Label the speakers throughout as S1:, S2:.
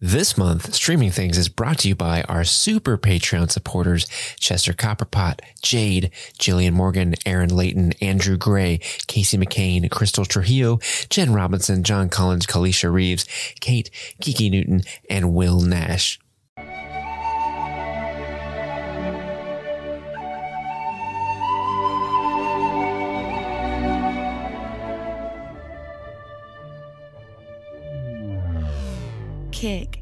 S1: This month, Streaming Things is brought to you by our super Patreon supporters, Chester Copperpot, Jade, Jillian Morgan, Aaron Layton, Andrew Gray, Casey McCain, Crystal Trujillo, Jen Robinson, John Collins, Kalisha Reeves, Kate, Kiki Newton, and Will Nash.
S2: kick.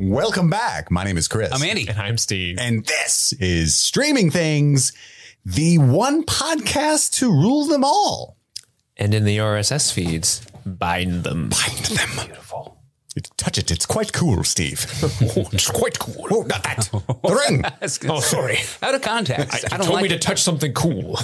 S3: Welcome back. My name is Chris.
S4: I'm Andy.
S1: And I'm Steve.
S3: And this is Streaming Things, the one podcast to rule them all.
S1: And in the RSS feeds, bind them.
S3: Bind them. Beautiful. Touch it. It's quite cool, Steve. oh, it's quite cool. Oh, not that. The ring.
S4: oh, sorry. Out of context. I, don't like it.
S1: touch something cool.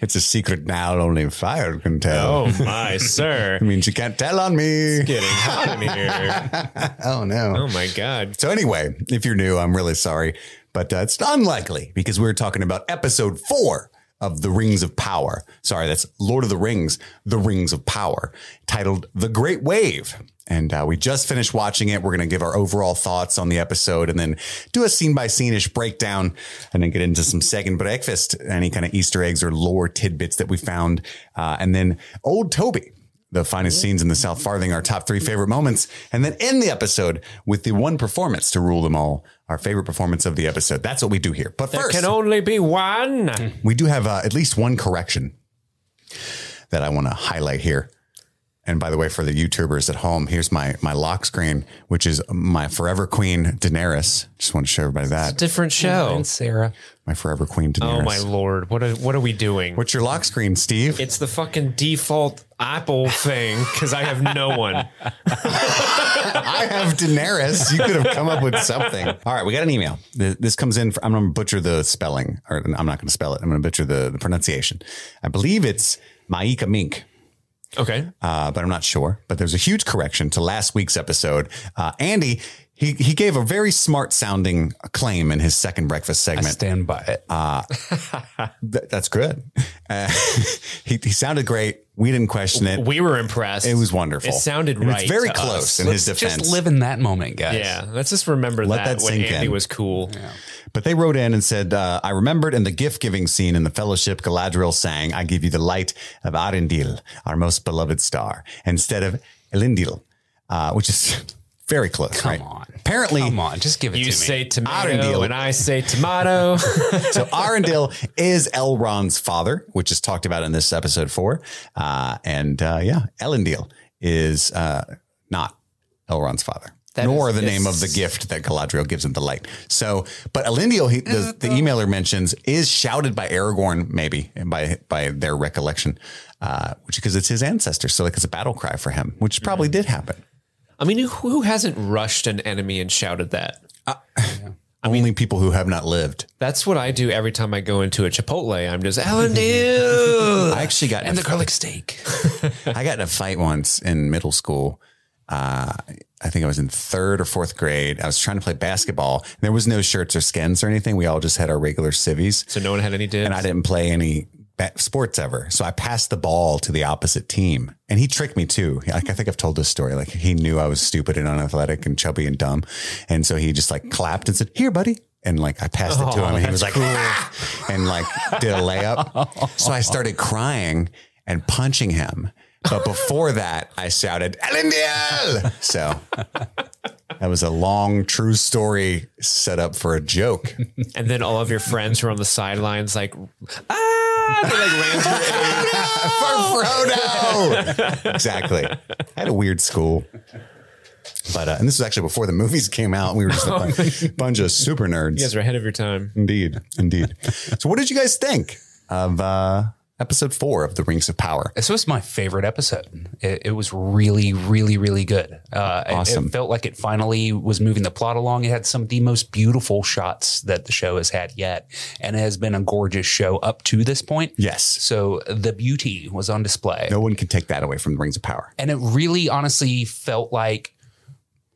S3: It's a secret now only fire can tell.
S1: Oh my, sir.
S3: It means you can't tell on me.
S1: Getting hot in here.
S3: Oh, no.
S1: Oh my God.
S3: So anyway, if you're new, I'm really sorry, but uh, it's unlikely because we're talking about episode four of The Rings of Power. Sorry, that's Lord of the Rings, The Rings of Power, titled The Great Wave. And uh, we just finished watching it. We're going to give our overall thoughts on the episode and then do a scene by scene ish breakdown and then get into some second breakfast, any kind of Easter eggs or lore tidbits that we found. Uh, and then Old Toby the finest scenes in the South Farthing, our top three favorite moments, and then end the episode with the one performance to rule them all, our favorite performance of the episode. That's what we do here. But first,
S1: Can only be one. Oh
S3: we do have uh, at least one correction that I want to highlight here. And by the way, for the YouTubers at home, here's my my lock screen, which is my forever queen Daenerys. Just want to show everybody that
S1: Different show.
S4: Sarah.
S3: my forever queen Daenerys.
S1: Oh my lord. What are what are we doing?
S3: What's your lock screen, Steve?
S1: It's the fucking default Apple thing because I have no one.
S3: I have Daenerys. You could have come up with something. All right, we got an email. Th- This comes in. For, I'm going to butcher the spelling, or I'm not going to spell it. I'm going to butcher the, the pronunciation. I believe it's Maika Mink,
S1: Okay.
S3: uh, but I'm not sure. But there's a huge correction to last week's episode. Uh, Andy, he, he gave a very smart sounding claim in his second breakfast segment.
S4: Stand by it.
S1: Uh,
S3: Th- that's good. Uh, he, he sounded great. We didn't question it.
S1: We were impressed.
S3: it was wonderful.
S1: It sounded
S3: And
S1: right.
S3: It's very
S1: to
S3: close
S1: us.
S3: in his
S4: Let's
S3: defense.
S4: Just live in that moment, guys.
S1: Yeah. Let's just remember
S3: Let
S1: that,
S3: that
S1: when
S3: sink
S1: Andy
S3: in.
S1: was cool.
S3: But they wrote in and said, uh, I remembered in the gift giving scene in the fellowship, Galadriel sang, I give you the light of Arendil, our most beloved star, instead of Elendil, uh, which is very close.
S4: Come
S3: right?
S4: on.
S3: Apparently,
S4: Come on. Just give it
S1: You
S4: to
S1: say
S4: me.
S1: tomato
S3: Arendelle.
S1: and I say tomato.
S3: so Arendil is Elrond's father, which is talked about in this episode four. Uh, and uh, yeah, Elendil is uh, not Elrond's father. nor the name of the gift that Galadriel gives him the light. So, but Elendil, he, the, the emailer mentions, is shouted by Aragorn, maybe and by by their recollection, uh, which because it's his ancestor, so like it's a battle cry for him, which probably did happen.
S1: I mean, who- who hasn't rushed an enemy and shouted that?
S3: Only people who have not lived.
S1: That's what I do every time I go into a Chipotle. I'm just Allendale.
S3: I actually got in
S4: And
S3: a
S4: the garlic steak.
S3: I got in a fight once in middle school. Uh, I think I was in third or fourth grade. I was trying to play basketball. There was no shirts or skins or anything. We all just had our regular civvies.
S1: So no one had any dibs.
S3: And I didn't play any ba- sports ever. So I passed the ball to the opposite team. And he tricked me too. Like I think I've told this story. Like he knew I was stupid and unathletic and chubby and dumb. And so he just like clapped and said, Here, buddy. And like I passed it to him and he was like, "Ah!" and like did a layup. so I started crying and punching him. But before that, I shouted, El Indial! So that was a long, true story set up for a joke.
S1: And then all of your friends who are on the sidelines, like, ah, they like ran to your aid.
S3: for
S5: Oh!
S3: Frodo. exactly. I had a weird school. But uh, and this was actually before the movies came out. We were just a
S5: Oh.
S3: bunch, bunch of super nerds.
S1: You guys are ahead of your time.
S3: Indeed, indeed. so, what did you guys think of uh, episode four of The Rings of Power.
S4: This was my favorite episode. It, it was really, really, really good. Uh, it-
S3: Awesome.
S4: It, felt like it finally was moving the plot along. It had some of the most beautiful shots that the show has had yet, and it has been a gorgeous show up to this point.
S3: Yes.
S4: So the beauty was on display.
S3: No one can take that away from The Rings of Power.
S4: and it really honestly felt like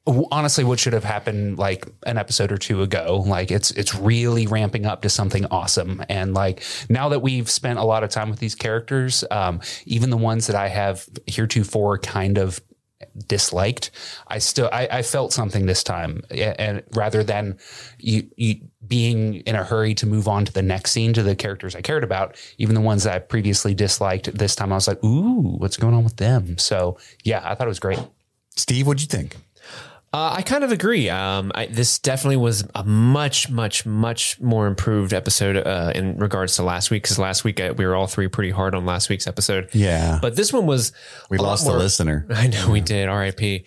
S4: w- honestly what should have happened like an episode or two ago like it's it's really ramping up to something awesome and like now that we've spent a lot of time with these characters um even the ones that i have heretofore kind of disliked i still i, I felt something this time A- and rather than you, you being in a hurry to move on to the next scene to the characters i cared about even the ones that i previously disliked this time i was like ooh what's going on with them so yeah i thought it was great
S3: Steve, what'd you think?
S5: Uh, I kind of agree. Um, I, this definitely was a much, much, much more improved episode uh, in regards to last week because last week uh, we were all three pretty hard on last week's episode.
S3: Yeah.
S5: but this one was
S3: We
S5: a lot
S3: lost
S5: more-
S3: the listener.
S5: I know we did. R.I.P.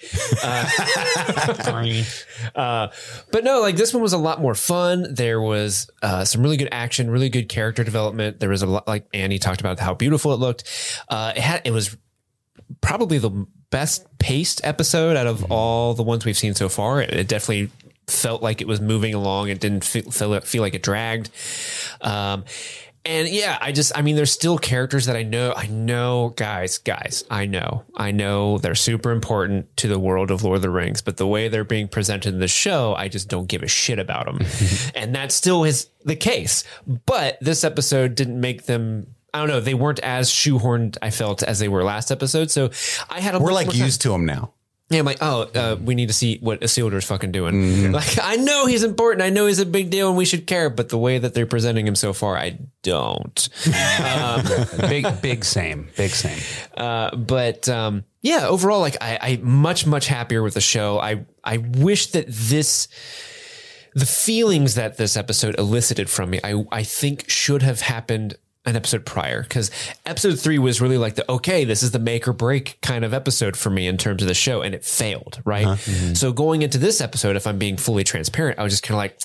S5: Uh, but no, like this one was a lot more fun. There was uh, some really good action, really good character development. There was a lot, like Andy talked about how beautiful it looked. Uh, it had, it was probably the best paced episode out of all the ones we've seen so far. It, it definitely felt like it was moving along. It didn't feel feel, feel like it dragged. Um, and yeah, I just, I mean, there's still characters that I know. I know, guys, guys, I know, I know they're super important to the world of Lord of the Rings, but the way they're being presented in the show, I just don't give a shit about them. and that still is the case. But this episode didn't make them. I don't know. They weren't as shoehorned. I felt as they were last episode. So I had a
S3: We're
S5: little
S3: like
S5: more time-
S3: used to him now.
S5: yeah, I'm like, oh, uh, we need to see what Isildur's fucking doing. Like, I know he's important. I know he's a big deal, and we should care. But the way that they're presenting him so far, I don't.
S4: big big same big same
S5: Uh, but um, yeah, overall, like, I, I much much happier with the show. I I wish that this. The feelings that this episode elicited from me, I, I think should have happened an episode prior because episode three was really like the okay, this is the make or break kind of episode for me in terms of the show, and it failed, right? So going into this episode, if I'm being fully transparent, I was just kind of like,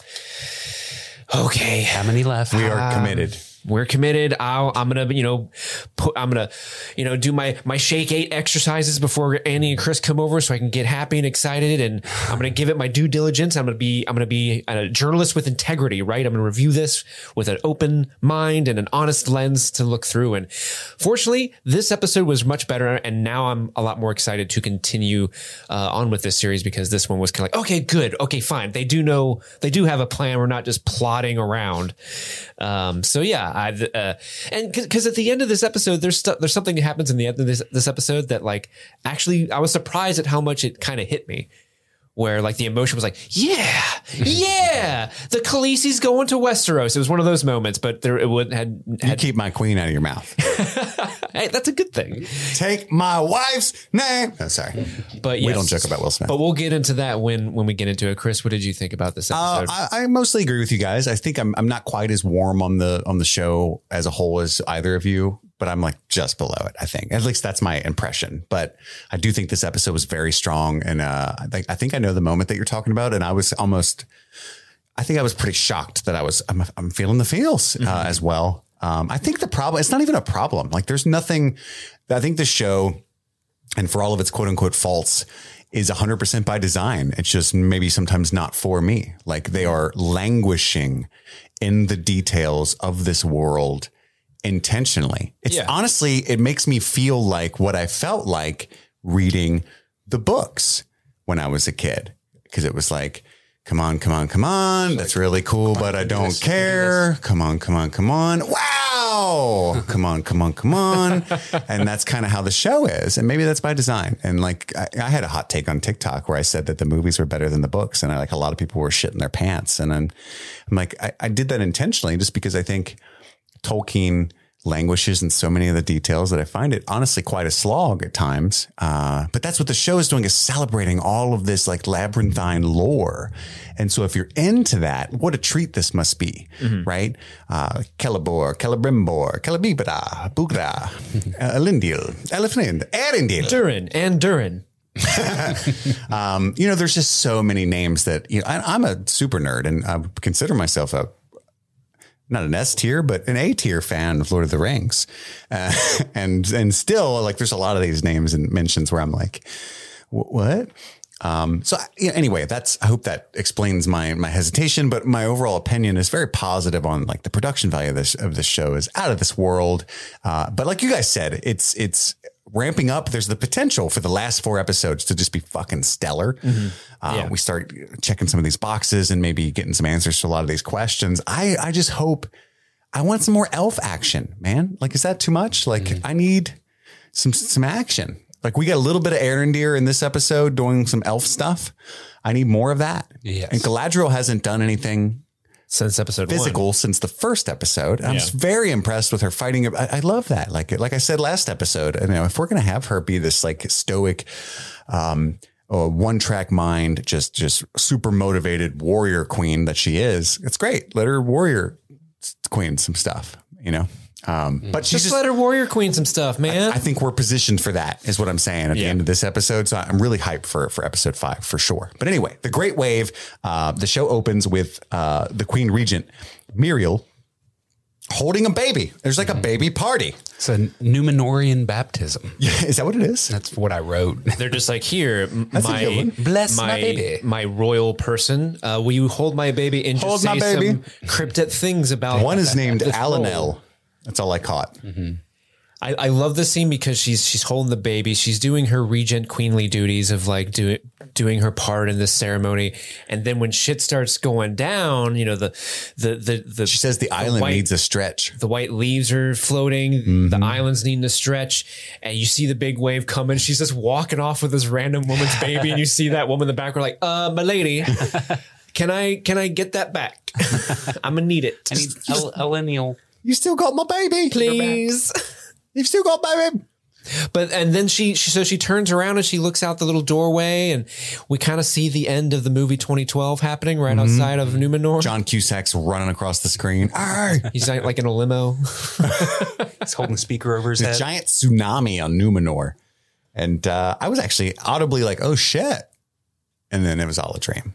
S5: okay,
S4: how many left
S3: We are committed.
S5: we're committed. I'll, I'm gonna, you know, put, I'm gonna, you know, do my my shake eight exercises before Annie and Chris come over, so I can get happy and excited. And I'm gonna give it my due diligence. I'm gonna be, I'm gonna be a journalist with integrity, right? I'm gonna review this with an open mind and an honest lens to look through. And fortunately, this episode was much better, and now I'm a lot more excited to continue uh, on with this series because this one was kind of like, okay, good, okay, fine. They do know, they do have a plan. We're not just plodding around. Um, so yeah, I uh, and because at the end of this episode, there's stuff, there's something that happens in the end of this, this episode that like actually I was surprised at how much it kind of hit me. Where like the emotion was like, yeah, yeah, the Khaleesi's going to Westeros. It was one of those moments, but there it would had,
S3: You
S5: had
S3: keep my queen out of your mouth.
S5: hey, that's a good thing.
S3: Take my wife's name. Oh, sorry.
S5: But
S3: We
S5: yes.
S3: don't joke about Will Smith.
S5: But we'll get into that when when we get into it. Chris, what did you think about this
S3: Uh,
S5: episode?
S3: I, I mostly agree with you guys. I think I'm I'm not quite as warm on the on the show as a whole as either of you, but I'm like just below it. I think at least that's my impression. But I do think this episode was very strong, and uh, I think I think I know the moment that you're talking about, and I was almost, I think I was pretty shocked that I was I'm I'm feeling the feels uh, as well. Um, I think the problem it's not even a problem. Like there's nothing. I think the show and for all of its quote unquote faults is 100% by design. It's just maybe sometimes not for me. Like they are languishing in the details of this world intentionally. It's
S5: Yeah.
S3: honestly, it makes me feel like what I felt like reading the books when I was a kid. Cause it was like, come on, come on, come on. That's really cool, but I don't care. Come on, come on, come on. Wow. Come on, come on, come on. and that's kind of how the show is. And maybe that's by design. And like, I, I had a hot take on TikTok where I said that the movies were better than the books. And I like a lot of people were shitting their pants. And I'm, I'm like, I, I did that intentionally just because I think Tolkien languishes in so many of the details that I find it honestly quite a slog at times. Uh, but that's what the show is doing is celebrating all of this like labyrinthine lore. And so if you're into that, what a treat this must be, right? Uh, Celebor, Celebrimbor, Celebibida, Bugra, Elendil, Elefnind, Erendil.
S5: Durin and Durin.
S3: Um, you know, there's just so many names that you know. I, I'm a super nerd, and I would consider myself a not an S tier, but an A tier fan of Lord of the Rings. Uh, and and still, like, there's a lot of these names and mentions where I'm like, "Wh- what? Um, so I- yeah, anyway, that's I hope that explains my my hesitation, but my overall opinion is very positive on like the production value of this of this show is out of this world. Uh, but like you guys said, it's it's ramping up. There's the potential for the last four episodes to just be fucking stellar. Uh,
S5: Yeah.
S3: We start checking some of these boxes and maybe getting some answers to a lot of these questions. I I just hope I want some more elf action, man. Like, is that too much? Like, I need some some action. Like, we got a little bit of Arendir in this episode doing some elf stuff. I need more of that.
S4: Yes.
S3: And Galadriel hasn't done anything
S5: since episode
S3: physical since the first episode. I'm just very impressed with her fighting. I, I love that. Like like I said last episode, you know, if we're gonna have her be this like stoic, um, one track mind, just just super motivated warrior queen that she is, it's great. Let her warrior queen some stuff, you know. Um, but she's
S5: Just,
S3: just
S5: let her warrior queen some stuff, man.
S3: I think we're positioned for that, is what I'm saying at the
S5: Yeah.
S3: end of this episode. So I'm really hyped for for episode five for sure. But anyway, the Great Wave. Uh, the show opens with uh, the Queen Regent Muriel holding a baby. There's
S5: Mm-hmm.
S3: like a baby party.
S4: It's a Numenorian baptism.
S3: is that what it is?
S4: That's what I wrote.
S5: They're just like here, m-
S3: a good
S5: my
S3: one.
S4: Bless my
S5: my
S4: baby."
S5: my royal person. Uh, will you hold my baby and just
S3: Hold my
S5: say
S3: baby.
S5: some cryptic things about
S3: One is named
S5: this
S3: Alanel.
S5: role?
S3: That's all I caught.
S5: Mm-hmm. I, I love this scene because she's she's holding the baby. She's doing her regent queenly duties of like do, doing her part in this ceremony. And then when shit starts going down, you know the the the the
S3: She says the island
S5: white-
S3: needs a stretch.
S5: the white leaves are floating, the
S4: Mm-hmm.
S5: islands need to stretch, and you see the big wave coming. She's just walking off with this random woman's baby, and you see that woman in the background like, uh, my lady, can I can I get that back? I'm gonna need it.
S4: I need el- Elenial.
S3: You still got my baby,
S5: please.
S3: You've still got my baby.
S5: But and then she, she so she turns around and she looks out the little doorway, and we kind of see the end of the movie 2012 happening right
S4: Mm-hmm.
S5: outside of Numenor.
S3: John Cusack's running across the screen. Arr!
S5: He's like, like in a limo.
S4: He's holding the speaker over his
S3: There's
S4: head.
S3: a giant tsunami on Numenor. And uh, I was actually audibly like, oh shit. And then it was all a dream.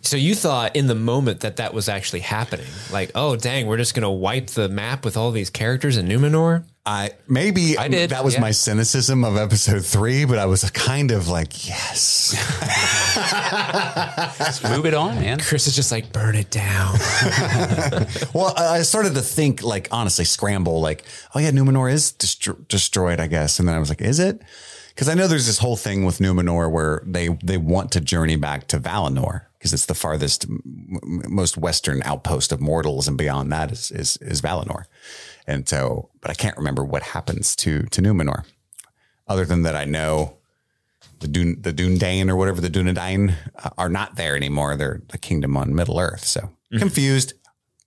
S5: So you thought in the moment that that was actually happening, like, oh dang, we're just gonna wipe the map with all these characters in Numenor.
S3: I maybe
S4: I did,
S3: that was
S4: yeah.
S3: my cynicism of episode three, but I was kind of like, yes.
S4: Just move it on, man.
S5: Chris is just like, burn it down.
S3: well, I I started to think, like, honestly, scramble, like, oh yeah, Numenor is destro- destroyed, I guess. And then I was like, is it? Because I know there's this whole thing with Numenor where they they want to journey back to Valinor because it's the farthest, m- m- most western outpost of mortals, and beyond that is is, is Valinor. And so, but I can't remember what happens to to Numenor, other than that I know the Dun the Dundane or whatever the Dunedain uh, are not there anymore. They're the kingdom on Middle Earth. So confused.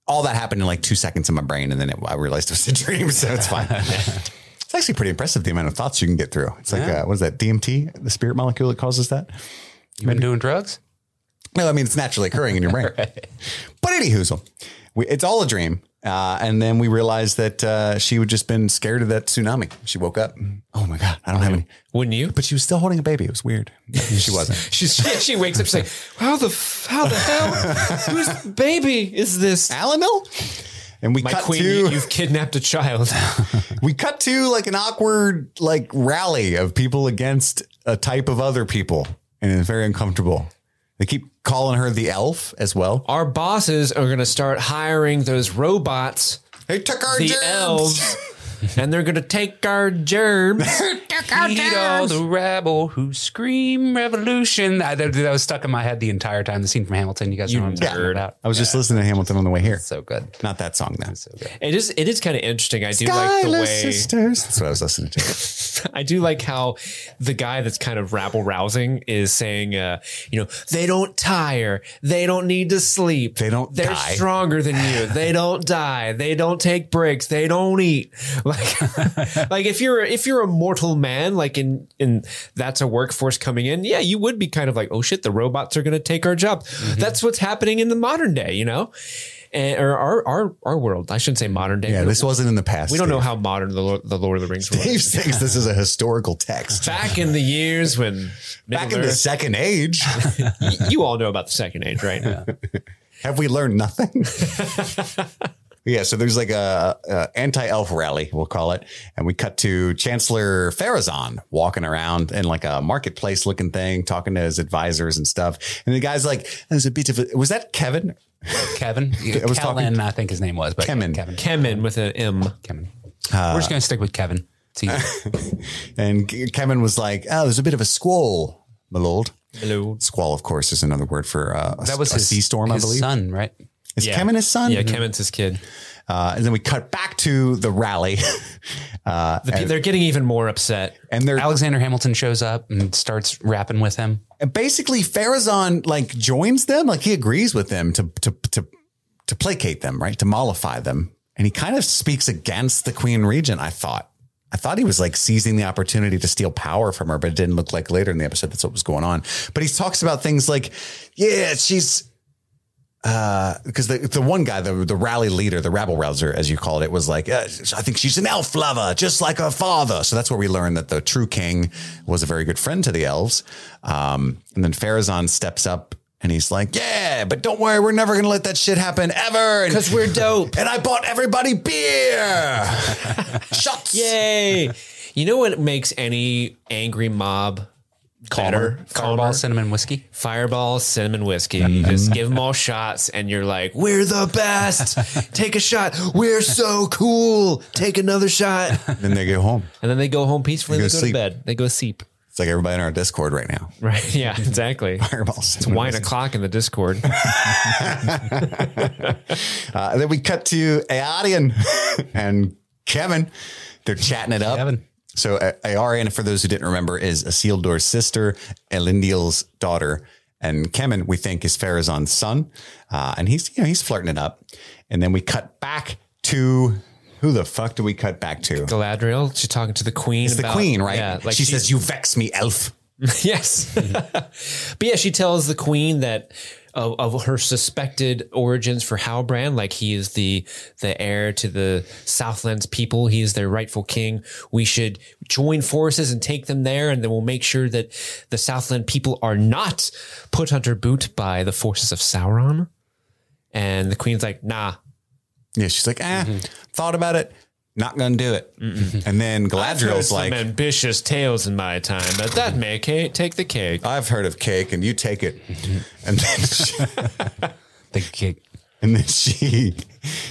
S3: All that happened in like two seconds in my brain, and then it, I realized it was a dream. So it's fine. it's actually pretty impressive the amount of thoughts you can get through. It's like uh, what is that DMT, the spirit molecule that causes that?
S4: You've been doing drugs?
S3: No, I mean it's naturally occurring in your brain. But anywhoozle, we, it's all a dream. Uh, and then we realized that uh, she had just been scared of that tsunami. She woke up. Oh my god, I don't have any.
S5: Wouldn't you?
S3: But she was still holding a baby. It was weird. She wasn't.
S5: She's, she she wakes up. She's like, how the f- how the hell whose baby is this?
S3: Alanil. And we
S5: My
S3: cut
S5: queen,
S3: to
S5: you, have kidnapped a child.
S3: we cut to like an awkward like rally of people against a type of other people, and it's very uncomfortable. They keep calling her the elf as well.
S5: Our bosses are gonna start hiring those robots,
S3: They took our
S5: the
S3: germs.
S5: elves, and they're gonna take our germs.
S4: Feed all the rabble who scream revolution. I, that, that was stuck in my head the entire time. The scene from Hamilton. You guys know what I'm talking
S3: nerd.
S4: about.
S3: I was just listening to Hamilton on the way here.
S4: So good.
S3: Not that song though.
S4: So good.
S5: It is it is kind of interesting. I do like the
S3: Skylar
S5: way
S3: sisters. That's what I was listening to.
S5: I do like how the guy that's kind of rabble rousing is saying, uh, you know, they don't tire, they don't need to sleep,
S3: They don't
S5: they're
S3: die."
S5: stronger than you, they don't die, they don't take breaks, they don't eat. Like, like if you're if you're a mortal man, like in in that's a workforce coming in, yeah, you would be kind of like, oh shit, the robots are going to take our job.
S3: Mm-hmm.
S5: That's what's happening in the modern day, you know. And, or our, our our world. I shouldn't say modern day.
S3: Yeah, this wasn't in the past.
S5: we don't know how modern the Lord, the Lord of the Rings was
S3: Dave thinks this is a historical text.
S5: back in the years when
S3: Back in the second age,
S5: you all know about the second age, right?
S3: have we learned nothing? Yeah, so there's like a, a anti-elf rally, we'll call it, and we cut to Chancellor Farazan walking around in like a marketplace looking thing, talking to his advisors and stuff. And the guy's like, "There's a bit of a, was that Kevin?
S4: Kevin.
S3: I was
S4: Kellen, I think his name was. But
S3: Kemen.
S4: Kevin.
S5: Kemen with an M.
S4: Kevin.
S3: Uh,
S4: We're just going to stick with Kevin. It's easy.
S3: And Kevin was like, "Oh, there's a bit of a squall, my lord."
S5: Hello.
S3: Squall, of course, is another word for uh, a,
S4: that was
S3: a
S4: his
S3: sea storm, I
S4: his
S3: believe.
S4: son, right?
S3: Is Kevin his son?
S5: Yeah, Kemen's his kid.
S3: Uh, and then we cut back to the rally, uh,
S5: The, pe- they're getting even more upset.
S3: and they're
S4: Alexander Hamilton shows up and starts rapping with him.
S3: and basically Farazan like joins them, like he agrees with them to to to to placate them, right? To mollify them, and he kind of speaks against the Queen Regent. I thought, I thought he was like seizing the opportunity to steal power from her, but it didn't look like later in the episode that's what was going on. But he talks about things like, yeah, she's because the the one guy, the the rally leader, the rabble rouser, as you called it, was like, uh, I think she's an elf lover, just like her father. So that's where we learned that the true king was a very good friend to the elves. Um, and then Farazan steps up and he's like, Yeah, but don't worry, we're never gonna let that shit happen ever. And,
S5: Because we're dope.
S3: and I bought everybody beer, shots.
S5: Yay. You know what makes any angry mob calmer? Better,
S4: Fireball cinnamon whiskey.
S5: Fireball, cinnamon whiskey. Just give them all shots, and you're like, "We're the best." Take a shot. We're so cool. Take another shot,
S3: Then they go home.
S5: and then they go home peacefully.
S3: They
S5: They
S3: go
S5: go,
S3: sleep.
S5: to bed. They go sleep.
S3: It's like everybody in our Discord right now.
S5: Right? Yeah. Exactly.
S3: It's
S5: Wine o'clock in the Discord.
S3: Uh, then we cut to Aarian and Kevin. They're chatting it up.
S4: Kevin.
S3: So uh, Aarian, for those who didn't remember, is Asildore's sister, Elendil's daughter, and Kevin we think is Farazan's son, uh, and he's you know he's flirting it up. And then we cut back to who the fuck do we cut back to?
S5: Galadriel. She's talking to the queen.
S3: It's the
S5: about-
S3: queen, right?
S5: Yeah. Like
S3: she
S5: she's-
S3: says, "You vex me, elf."
S5: Yes. but yeah, she tells the queen that of, of her suspected origins for Halbrand, like he is the the heir to the Southlands people, he is their rightful king. We should join forces and take them there, and then we'll make sure that the Southland people are not put under boot by the forces of Sauron. And the queen's like, nah,
S3: Yeah, she's like, "Ah,
S5: Mm-hmm.
S3: thought about it, not gonna do it." And then Galadriel's like,
S5: ambitious tales in my time, but that may take the cake.
S3: "I've heard of cake, and you take it." And then. She,
S4: The gig.
S3: And then she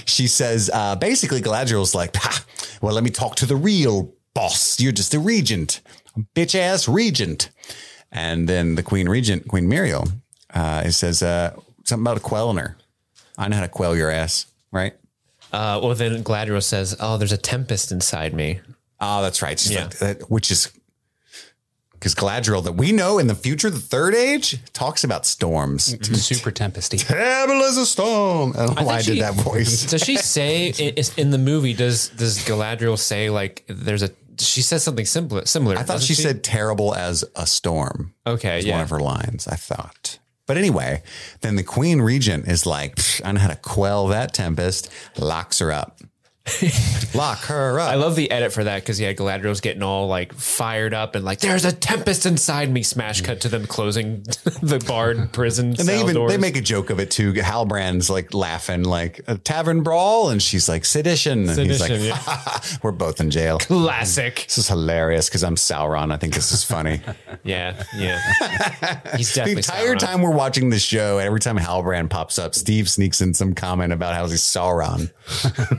S3: she says, uh, basically, Galadriel's like, "Ha, well, let me talk to the real boss. You're just a regent, bitch ass regent. And then the queen regent, Queen Muriel, uh, it says uh, something about a queller. I know how to quell your ass, right?
S5: Uh, well, then Gladriel says, "Oh, there's a tempest inside me."
S3: Oh, that's right. She's
S5: Yeah.
S3: like, that, which is because Galadriel, that we know in the future, the third age, talks about storms.
S4: Super tempesty.
S3: Terrible as a storm. I don't know why I
S5: think
S3: did
S5: she-
S3: that voice.
S5: Does she say i- is- in the movie? Does Does Galadriel say like there's a? She says something similar. Similar.
S3: I thought she, said terrible as a storm.
S5: Okay,
S3: It's
S5: yeah.
S3: one of her lines, I thought. But anyway, then the Queen Regent is like, "Pfft, I know how to quell that tempest, locks her up. Lock her up.
S5: I love the edit for that because yeah, Galadriel's getting all like fired up and like there's a tempest inside me. Smash cut to them closing the barred prison
S3: and they
S5: cell
S3: even
S5: doors.
S3: they make a joke of it too. Halbrand's like laughing, like a tavern brawl, and she's like sedition, and he's like,
S5: Sedition, yeah.
S3: "Ha, ha, ha, "We're both in jail."
S5: classic.
S3: This is hilarious because I'm Sauron. I think this is funny.
S5: Yeah, yeah. He's
S3: the
S5: definitely
S3: entire
S5: Sauron.
S3: time we're watching this show, every time Halbrand pops up, Steve sneaks in some comment about how he's Sauron.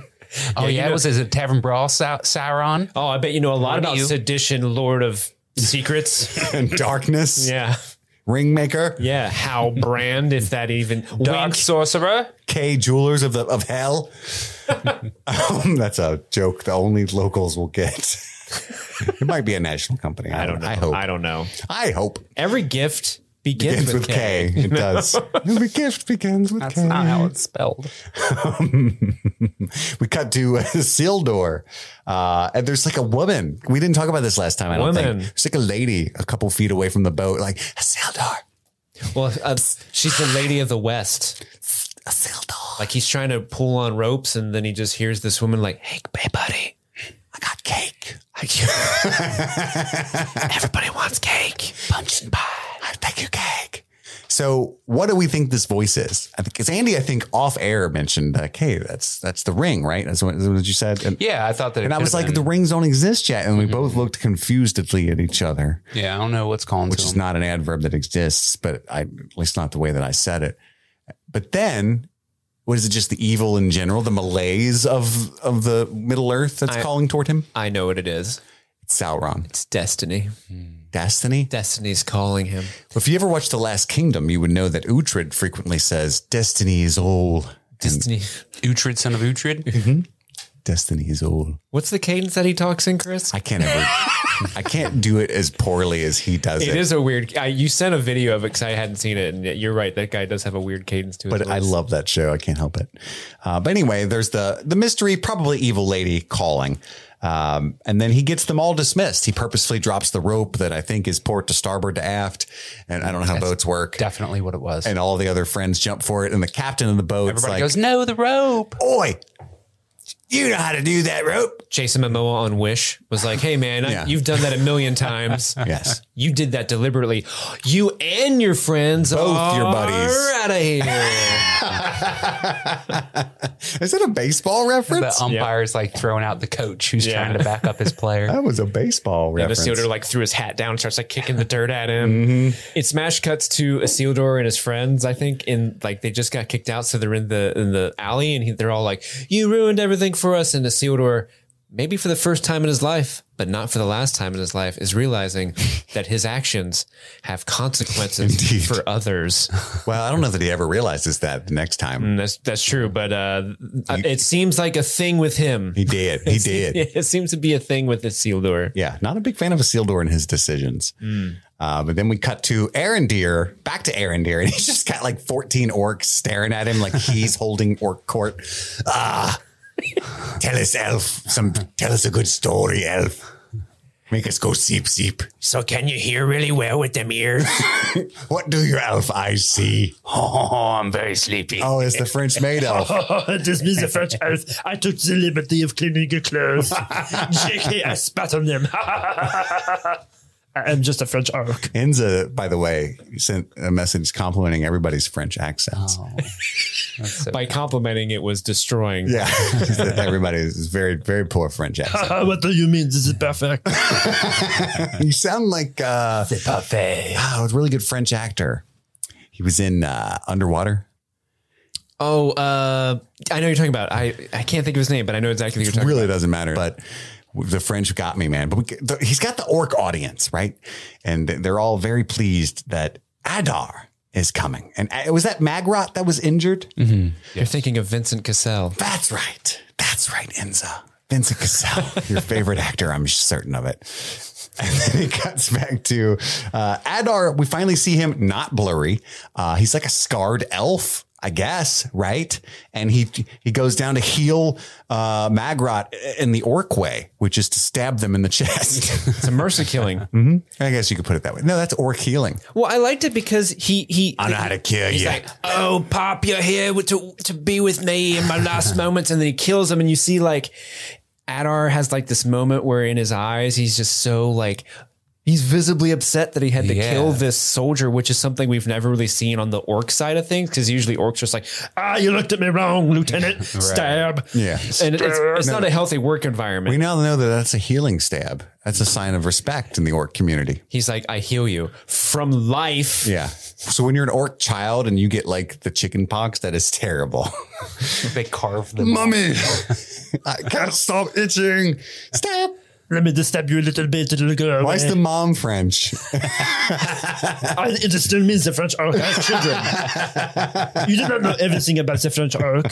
S4: Oh, yeah.
S5: you know-
S4: it was is it Tavern Brawl Sa- Sauron?
S5: Oh, I bet you know a lot
S4: What do
S5: about
S4: you-
S5: sedition, Lord of Secrets.
S3: and darkness,
S5: yeah.
S3: ringmaker,
S5: Yeah, how brand if that even Wink.
S4: Sorcerer?
S3: K jewelers of the of hell. um, that's a joke. The only locals will get. it might be a national company. I,
S5: I don't know.
S3: I hope. I,
S5: don't know.
S3: hope
S5: Every gift begins,
S3: begins
S5: with,
S3: with
S5: K.
S3: K. It does. Every gift begins with K.
S4: it's spelled.
S3: we cut to uh, Sildor, uh, and there's like a woman. We didn't talk about this last time. I don't
S5: Woman.
S3: think. It's like a lady, a couple feet away from the boat. Like Sildor,
S5: Well, uh, she's the lady of the West.
S3: Sildor.
S5: Like he's trying to pull on ropes, and then he just hears this woman like, "Hey, hey buddy,
S3: I got cake.
S5: everybody wants cake, punch and pie."
S3: I take your cake. So, what do we think this voice is? I think because Andy, I think off air mentioned like, hey, that's that's the ring, right? That's what, that's what you said. And,
S4: Yeah, I thought that. it
S3: and I
S4: could
S3: was
S4: have
S3: like, the
S4: been-
S3: rings don't exist yet, and we both looked confusedly at each other,
S4: yeah, I don't know what's calling
S3: which
S4: to
S3: is
S4: him.
S3: not an adverb that exists, but I, at least not the way that I said it. But then. What is it? Just the evil in general, the malaise of of the Middle Earth that's
S5: I-
S3: calling toward him.
S5: I know what it is.
S3: It's Sauron,
S5: It's destiny.
S3: destiny.
S5: Destiny's calling him.
S3: If you ever watched The Last Kingdom, you would know that Uhtred frequently says, Destiny is all. And
S5: Destiny.
S4: Uhtred, son of Uhtred.
S3: destiny is all.
S5: What's the cadence that he talks in, Chris?
S3: I can't ever, I can't do it as poorly as he does it.
S5: It is a weird. I, you sent a video of it because I hadn't seen it, and you're right. That guy does have a weird cadence to it.
S3: But I love that show. I can't help it. Uh, but anyway, there's the the mystery, probably evil lady calling, um, and then he gets them all dismissed. He purposefully drops the rope that I think is port to starboard to aft, and I don't know how boats work.
S4: Definitely what it was.
S3: And all the other friends jump for it, and the captain of the boat's
S4: Everybody
S3: like,
S4: goes, no, the rope.
S3: "Oi, you know how to do that rope."
S5: Jason Momoa on Wish was like, "Hey man, I,
S3: Yeah.
S5: you've done that a million times.
S3: Yes.
S5: you did that deliberately. You and your friends,
S3: Both your buddies.
S5: out of here.
S3: Is that a baseball
S4: The
S3: reference?
S4: umpire's like throwing out the coach who's
S5: Yeah.
S4: trying to back up his player.
S3: that Mm-hmm. was a baseball
S5: And
S3: reference.
S5: Isildur like threw his hat down, and starts like kicking the dirt at him. It smash cuts to Isildur and his friends. I think in like they just got kicked out, so they're in the in the alley, and he, they're all like, "You ruined everything for us." And Isildur, maybe for the first time in his life, but not for the last time in his life, is realizing that his actions have consequences for others.
S3: well, I don't know that he ever realizes that the next time.
S5: And that's that's true, but uh, it seems like a thing with him.
S3: He did. He did.
S5: It seems to be a thing with Isildur.
S3: yeah. Not a big fan of Isildur and his decisions. Uh, but then we cut to Arendir, back to Arendir, and he's just got like 14 orcs staring at him like he's holding orc court. Ah, tell us, elf, some, tell us a good story, elf. Make us go seep seep.
S5: So can you hear really well with them ears?
S3: What do your elf eyes see?
S6: Oh, I'm very sleepy.
S3: Oh, it's the French maid elf.
S6: this means the French elf. I took the liberty of cleaning your clothes. JK, I spat on them. I am just a French orc.
S3: Enza, by the way, sent a message complimenting everybody's French accents.
S5: Oh. By complimenting it was destroying.
S3: Yeah. Everybody is very, very poor French accent.
S6: what do you mean? This is perfect.
S3: you sound like uh,
S6: Parfait.
S3: oh, a really good French actor. He was in uh, Underwater.
S5: Oh, uh, I know what you're talking about. I, I can't think of his name, but I know exactly who you're talking
S3: Really doesn't matter. But the French got me, man. But we, the, he's got the orc audience, right? And they're all very pleased that Adar is coming. And uh, was that Magrot that was injured?
S5: about. You're thinking of Vincent Cassell.
S3: That's right. That's right, Enza. Vincent Cassell, your favorite actor, I'm certain of it. And then it cuts back to uh, Adar. We finally see him not blurry. Uh, he's like a scarred elf, I guess, right? And he he goes down to heal uh, Magrot in the orc way, which is to stab them in the chest.
S5: It's a mercy killing.
S3: I guess you could put it that way. No, that's orc healing.
S5: well, I liked it because he he.
S3: I know how to kill
S5: He's
S3: you.
S5: like, oh, Pop, you're here with- to to be with me in my last moments, and then he kills him, and you see like Adar has like this moment where in his eyes he's just so like. He's visibly upset that he had to
S4: Yeah.
S5: kill this soldier, which is something we've never really seen on the orc side of things. Because usually orcs are just like,
S6: Ah, you looked at me wrong, Lieutenant. Stab.
S3: yeah.
S5: and it's, it's not a healthy work environment.
S3: We now know that that's a healing stab. That's a sign of respect in the orc community.
S5: He's like, I heal you from life.
S3: Yeah. So when you're an orc child and you get like the chicken pox, that is terrible.
S4: They carved them.
S3: Mummy, I can't stop itching. Stab.
S6: Let me just stab you a little bit. It'll go
S3: Why
S6: away.
S3: is the mom French?
S6: I, it still means the French orc has children. you do not know everything about the French orc.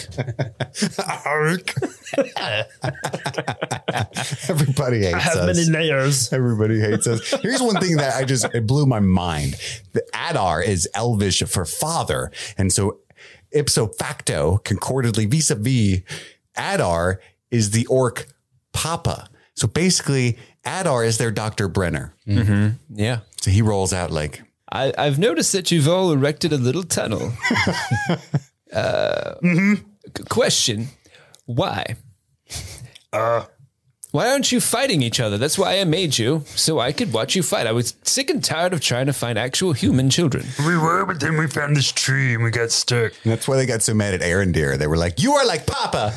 S3: Orc. Everybody hates
S6: I have
S3: us.
S6: many layers.
S3: Everybody hates us. Here's one thing that I just it blew my mind. The Adar is Elvish for father, and so ipso facto, concordantly vis-a-vis, Adar is the orc papa. So basically, Adar is their Dr. Brenner.
S5: Yeah.
S3: So he rolls out like
S5: I, I've noticed that you've all erected a little tunnel. uh, Question Why? Why aren't you fighting each other? That's why I made you, so I could watch you fight. I was sick and tired of trying to find actual human children.
S6: We were, but then we found this tree and we got stuck.
S3: And that's why they got so mad at Aaron Deere. They were like, "You are like Papa."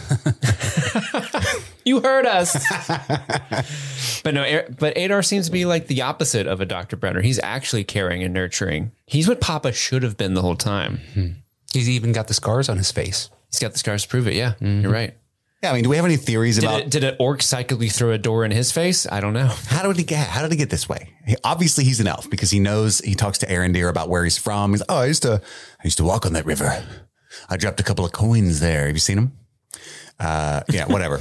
S5: You heard us. but no, Ar- but Adar seems to be like the opposite of a Dr. Brenner. He's actually caring and nurturing. He's what Papa should have been the whole time.
S4: He's even got the scars on his face.
S5: He's got the scars to prove it. Yeah, you're right.
S3: yeah, I mean, do we have any theories
S5: Did,
S3: about
S5: it, did an orc psychically throw a door in his face? I don't know.
S3: how did he get? How did he get this way? He, obviously, he's an elf because he knows. He talks to Aaron Deere about where he's from. He's, "Oh, I used to, I used to walk on that river. I dropped a couple of coins there. Have you seen him?" Uh, yeah, whatever.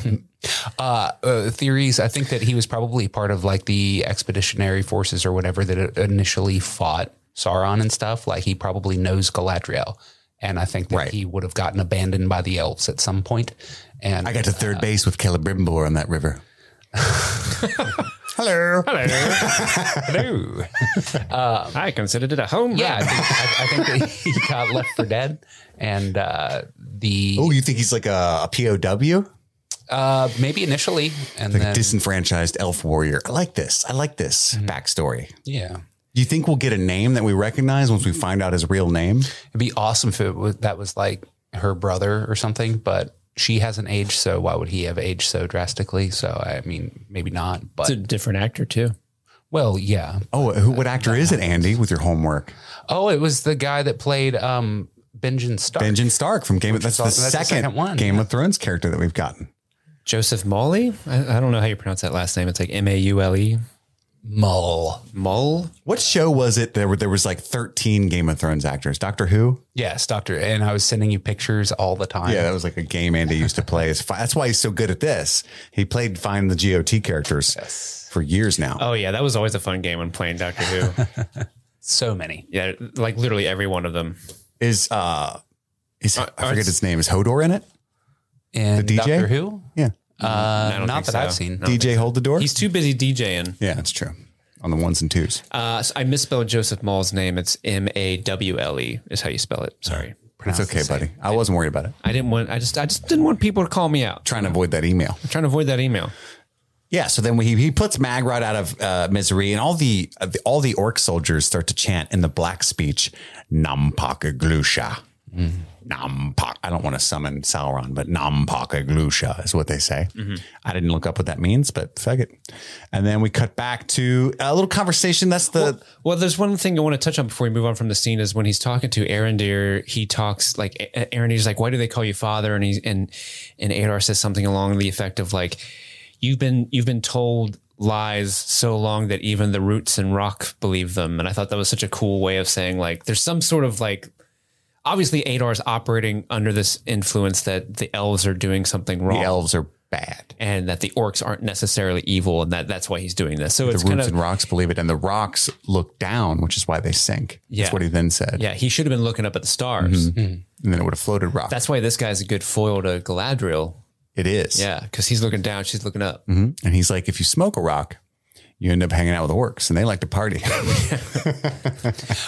S4: Uh, uh, theories. I think that he was probably part of like the expeditionary forces or whatever that initially fought Sauron and stuff. Like he probably knows Galadriel, and I think that
S3: Right.
S4: he would have gotten abandoned by the elves at some point. And
S3: I got to third base with Celebrimbor on that river. Hello.
S5: Hello. I considered it a home
S4: yeah, I
S5: run.
S4: think, I, I think that he got left for dead, and uh, the
S3: Oh, you think he's like a, a POW?
S4: uh, maybe initially, and
S3: Like
S4: then
S3: a disenfranchised elf warrior. I like this. I like this
S5: Mm-hmm.
S3: backstory.
S4: yeah.
S3: Do you think we'll get a name that we recognize once we find out his real name?
S4: It'd be awesome if it was, that was like her brother or something, but she hasn't aged, so why would he have aged so drastically? So I mean, maybe not, but
S5: It's a different actor too.
S4: well, yeah.
S3: Oh, who, what actor is it, Andy, with your homework?
S4: Oh, it was the guy that played um Benjamin Stark.
S3: Benjamin Stark from Game of That's the
S4: also- that's the
S3: second,
S4: second one,
S3: Game
S4: yeah.
S3: of Thrones character that we've gotten.
S5: Joseph Molly? I, I don't know how you pronounce that last name. It's like M A U L E.
S4: Mull.
S5: Mull?
S3: What show was it? There were there was like 13 Game of Thrones actors. Doctor Who?
S4: Yes, Doctor. And I was sending you pictures all the time.
S3: Yeah, that was like a game Andy used to play. It's fi- That's why he's so good at this. He played Find the GOT characters for years now.
S5: Oh, yeah. That was always a fun game when playing Doctor Who.
S4: So many.
S5: yeah, like literally every one of them.
S3: Is uh is I forget
S5: it's-
S3: his name. Is Hodor in it?
S4: And
S3: The DJ?
S4: Doctor Who?
S3: Yeah.
S5: Mm-hmm. I
S4: Uh,
S5: don't
S4: not
S5: think
S4: that I've
S5: so.
S4: seen.
S5: No.
S3: DJ Hold the Door?
S5: He's too busy DJing.
S3: yeah, that's true. On the ones and twos.
S5: Uh, so I misspelled Joseph Mall's name. It's M A W L E is how you spell it. Sorry.
S3: It's okay, buddy. I wasn't worried about it.
S5: I didn't want I just I just didn't want people to call me out.
S3: Trying to avoid that email.
S5: trying to avoid that email.
S3: Yeah, so then he, he puts Magrod out of uh, misery, and all the, uh, the all the orc soldiers start to chant in the black speech, e Nampakaglusha. Nampak. I don't want to summon Sauron, but Nampakaglusha is what they say. I didn't look up what that means, but fuck it. And then we cut back to a little conversation. That's the
S5: Well, there's one thing I want to touch on before we move on from the scene is when he's talking to Arendir, he talks like A- A- Arendir's like, "Why do they call you father?" And he's and and Adar says something along the effect of like, "You've been you've been told lies so long that even the roots and rock believe them." And I thought that was such a cool way of saying like, there's some sort of like. Obviously, Adar's operating under this influence that the elves are doing something
S3: the
S5: wrong,
S3: elves are bad.
S5: and that the orcs aren't necessarily evil, and that that's why he's doing this. So
S3: The
S5: it's
S3: roots
S5: kind of
S3: and rocks believe it, and the rocks look down, which is why they sink.
S5: Yeah.
S3: That's what he then said.
S5: yeah, he should have been looking up at the
S3: Mm-hmm.
S5: stars.
S3: And then it would have floated rock.
S5: That's why this guy's a good foil to Galadriel.
S3: it is.
S5: Yeah, because he's looking down, she's looking up.
S3: And he's like, if you smoke a rock, you end up hanging out with orcs and they like to party.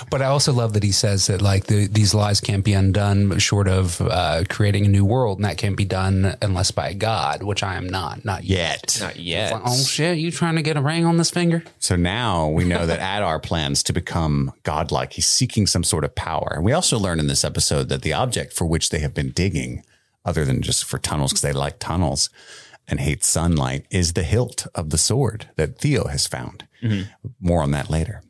S4: But I also love that he says that like the, these lies can't be undone short of uh, creating a new world, and that can't be done unless by a god, which I am not, not yet.
S3: Yet.
S5: Not yet.
S4: Like, oh shit, you trying to get a ring on this finger?
S3: So now we know that Adar plans to become godlike. He's seeking some sort of power. And we also learn in this episode that the object for which they have been digging, other than just for tunnels, because they like tunnels and hate sunlight, is the hilt of the sword that Theo has found. More on that later.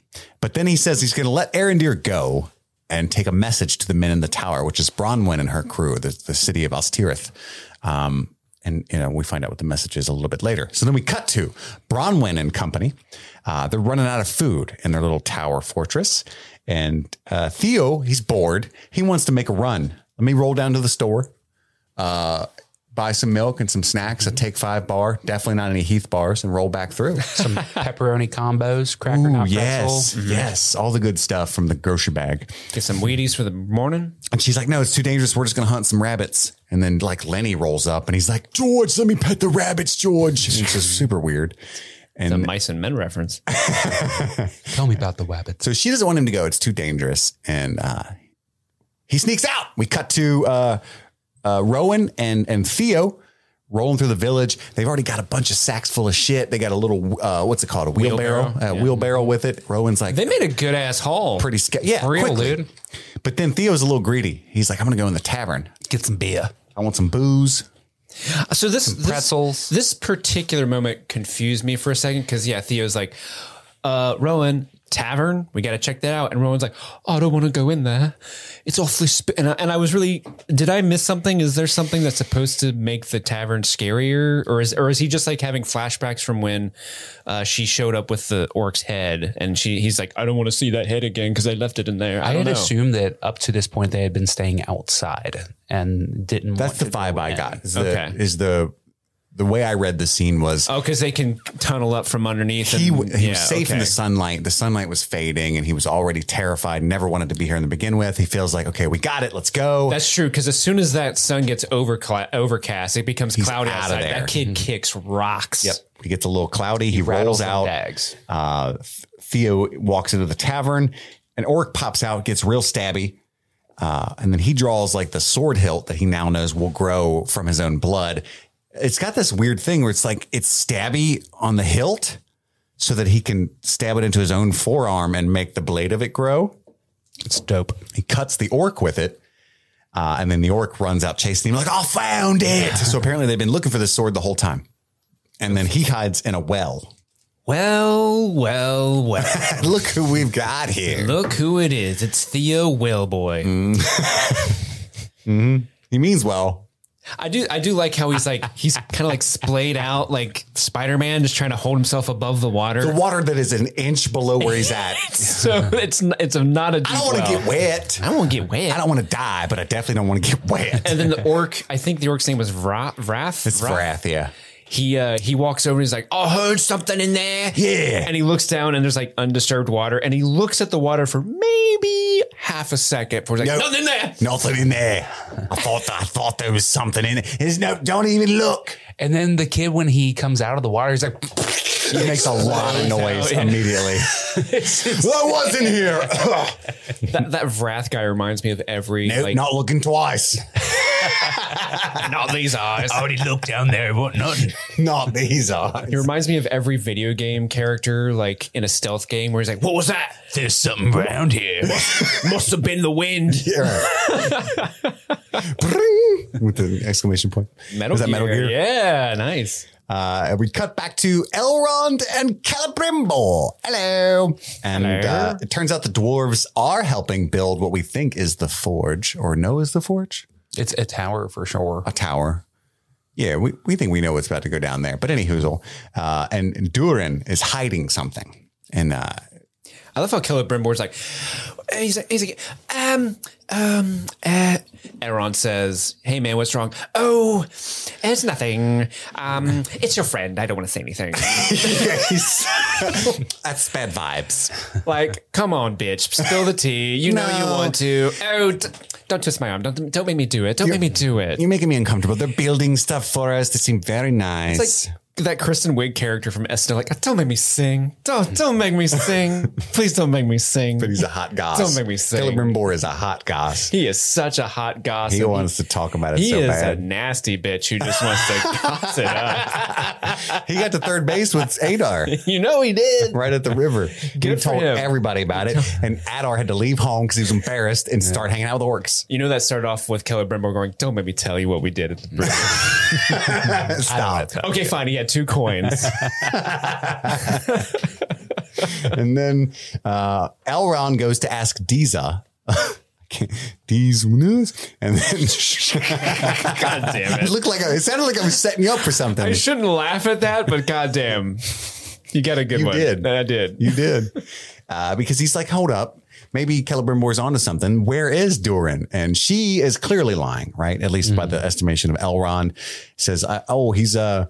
S3: But then he says he's going to let Arendir go and take a message to the men in the tower, which is Bronwyn and her crew, the, the city of Ostirith. Um, and you know we find out what the message is a little bit later. So then we cut to Bronwyn and company. Uh, they're running out of food in their little tower fortress, and uh, Theo he's bored. He wants to make a run. Let me roll down to the store, uh, buy some milk and some snacks. A take five bar, definitely not any Heath bars, and roll back through.
S4: Some pepperoni combos, cracker
S3: Ooh,
S4: not
S3: yes,
S4: pretzel.
S5: Mm-hmm.
S3: yes, all the good stuff from the grocery bag.
S5: Get some Wheaties for the morning.
S3: And she's like, no, it's too dangerous. We're just going to hunt some rabbits. And then like Lenny rolls up and he's like, George, let me pet the rabbits, George. And it's just super weird.
S5: The
S3: And
S5: mice and men reference.
S4: Tell me about the wabbits.
S3: so she doesn't want him to go. It's too dangerous. And uh, he sneaks out. We cut to uh, uh, Rowan and, and Theo rolling through the village. They've already got a bunch of sacks full of shit. They got a little uh, what's it called? A wheelbarrow,
S5: Wheelbarrow,
S3: a
S5: yeah.
S3: wheelbarrow with it. Rowan's like
S5: They made a good ass haul.
S3: pretty scared. Yeah,
S5: For real,
S3: quickly.
S5: dude.
S3: But then Theo's a little greedy. He's like, I'm gonna go in the tavern, get some beer. I want some booze.
S5: So this this-
S4: pretzels.
S5: This, particular moment confused me for a second because yeah, Theo's like, uh, Rowan tavern, we got to check that out, and Rowan's like, oh, I don't want to go in there. It's awfully sp-. and I, and I was really did I miss something? Is there something that's supposed to make the tavern scarier, or is or is he just like having flashbacks from when uh, she showed up with the orc's head and she he's like, I don't want to see that head again because I left it in there. I,
S4: I
S5: don't
S4: had
S5: know.
S4: assumed that up to this point they had been staying outside and didn't.
S3: That's the
S4: want
S3: vibe
S4: to go
S3: I
S4: in.
S3: got. Is the,
S5: Okay.
S3: is the the way I read the scene was
S5: Oh, because they can tunnel up from underneath.
S3: he,
S5: and,
S3: w- he was
S5: Oh, yeah,
S3: safe in
S5: okay.
S3: the sunlight. The sunlight was fading, and he was already terrified. Never wanted to be here in the begin with. He feels like, okay, we got it. Let's go.
S5: That's true because as soon as that sun gets overcla- overcast, it becomes cloudy
S3: out of
S5: outside.
S3: there. Mm-hmm.
S5: That kid kicks rocks.
S3: yep. He gets a little cloudy. He, rolls
S4: rattles some
S3: out.
S4: dags.
S3: Uh, Th- Theo walks into the tavern. An orc pops out, gets real stabby, uh, and then he draws like the sword hilt that he now knows will grow from his own blood. It's got this weird thing where it's like it's stabby on the hilt, so that he can stab it into his own forearm and make the blade of it grow.
S4: It's dope.
S3: He cuts the orc with it. Uh, and then the orc runs out chasing him, like, I found it. so apparently they've been looking for this sword the whole time. And then he hides in a well.
S5: Well, well, well.
S3: Look who we've got here.
S5: Look who it is. It's Theo Wellboy.
S3: Mm. He means well.
S5: I do I do like how he's like he's kind of like splayed out like Spider-Man just trying to hold himself above the water.
S3: The water that is an inch below where he's at.
S5: so it's n- it's a, not a deep
S3: I don't want to
S5: well.
S3: get wet.
S5: I don't want to get wet.
S3: I don't want to die, but I definitely don't want to get wet.
S5: and then the orc, I think the orc's name was Vra- Vrath.
S3: It's Wrath, yeah.
S5: he uh he walks over and he's like, "I heard something in there."
S3: Yeah.
S5: And he looks down and there's like undisturbed water, and he looks at the water for maybe half a second before he's like,
S3: Nope.
S5: "Nothing there."
S3: Nothing in there. I thought I thought there was something in it. There's no don't even look.
S4: And then the kid, when he comes out of the water, he's like,
S3: He makes a lot of noise immediately. well, I was in here.
S5: That, that Vrath guy reminds me of every
S3: Nope,
S5: like
S3: not looking twice.
S5: not these eyes.
S4: look down there, what nothing.
S3: not these eyes.
S5: He reminds me of every video game character, like in a stealth game, where he's like, "What was that?
S4: There's something around here.
S5: Must have been the wind."
S3: Yeah. Bring! With the exclamation point. Was that Metal Gear?
S5: Yeah, nice.
S3: Uh, and we cut back to Elrond and Calibrimbo. Hello. And Uh, it turns out the dwarves are helping build what we think is the forge, or no, is the forge?
S4: It's a tower for sure.
S3: a tower. Yeah, we, we think we know what's about to go down there. But any whoozle. Uh, and Durin is hiding something. And uh,
S5: I love how Caleb Brimbore's like, he's like, he's like, um, um, uh, Elrond says, hey man, what's wrong? Oh, it's nothing. Um, it's your friend. I don't want to say anything.
S3: he's- that's bad vibes.
S5: like, come on, bitch, spill the tea. You know you
S3: No.
S5: want to. Oh, d- don't twist my arm. Don't, don't make me do it. Don't make me do it.
S3: You're making me uncomfortable. They're building stuff for us. They seem very nice.
S5: It's like that Kristen Wiig character from SNL. Like, don't make me sing. Don't don't make me sing. Please don't make me sing.
S3: but he's a hot goss.
S5: Don't make me sing.
S3: Celebrimbor is a hot goss.
S5: he is such a hot gossip.
S3: He wants to talk about it
S5: He
S3: so
S5: is a
S3: bad.
S5: nasty bitch who just wants to goss it up.
S3: he got to third base with Adar.
S5: You know he did.
S3: Right at the river. he
S5: Good for
S3: told
S5: him.
S3: everybody about it. And Adar had to leave home because he was embarrassed and start hanging out with orcs.
S5: You know that started off with Keller Brembo going, "Don't make me tell you what we did." At the bridge."
S3: Stop.
S5: okay, fine. He had two coins.
S3: and then uh, Elrond goes to ask Diza. These and then
S5: God damn
S3: it
S5: it!
S3: looked like I, it sounded like I was setting you up for something.
S5: I shouldn't laugh at that, but goddamn, you got a good
S3: You
S5: one.
S3: did.
S5: I did.
S3: you did uh, because he's like, hold up, maybe Celebrimbor's onto something. Where is Durin? And she is clearly lying, right? At least by the estimation of Elrond. Says, I- oh, he's uh,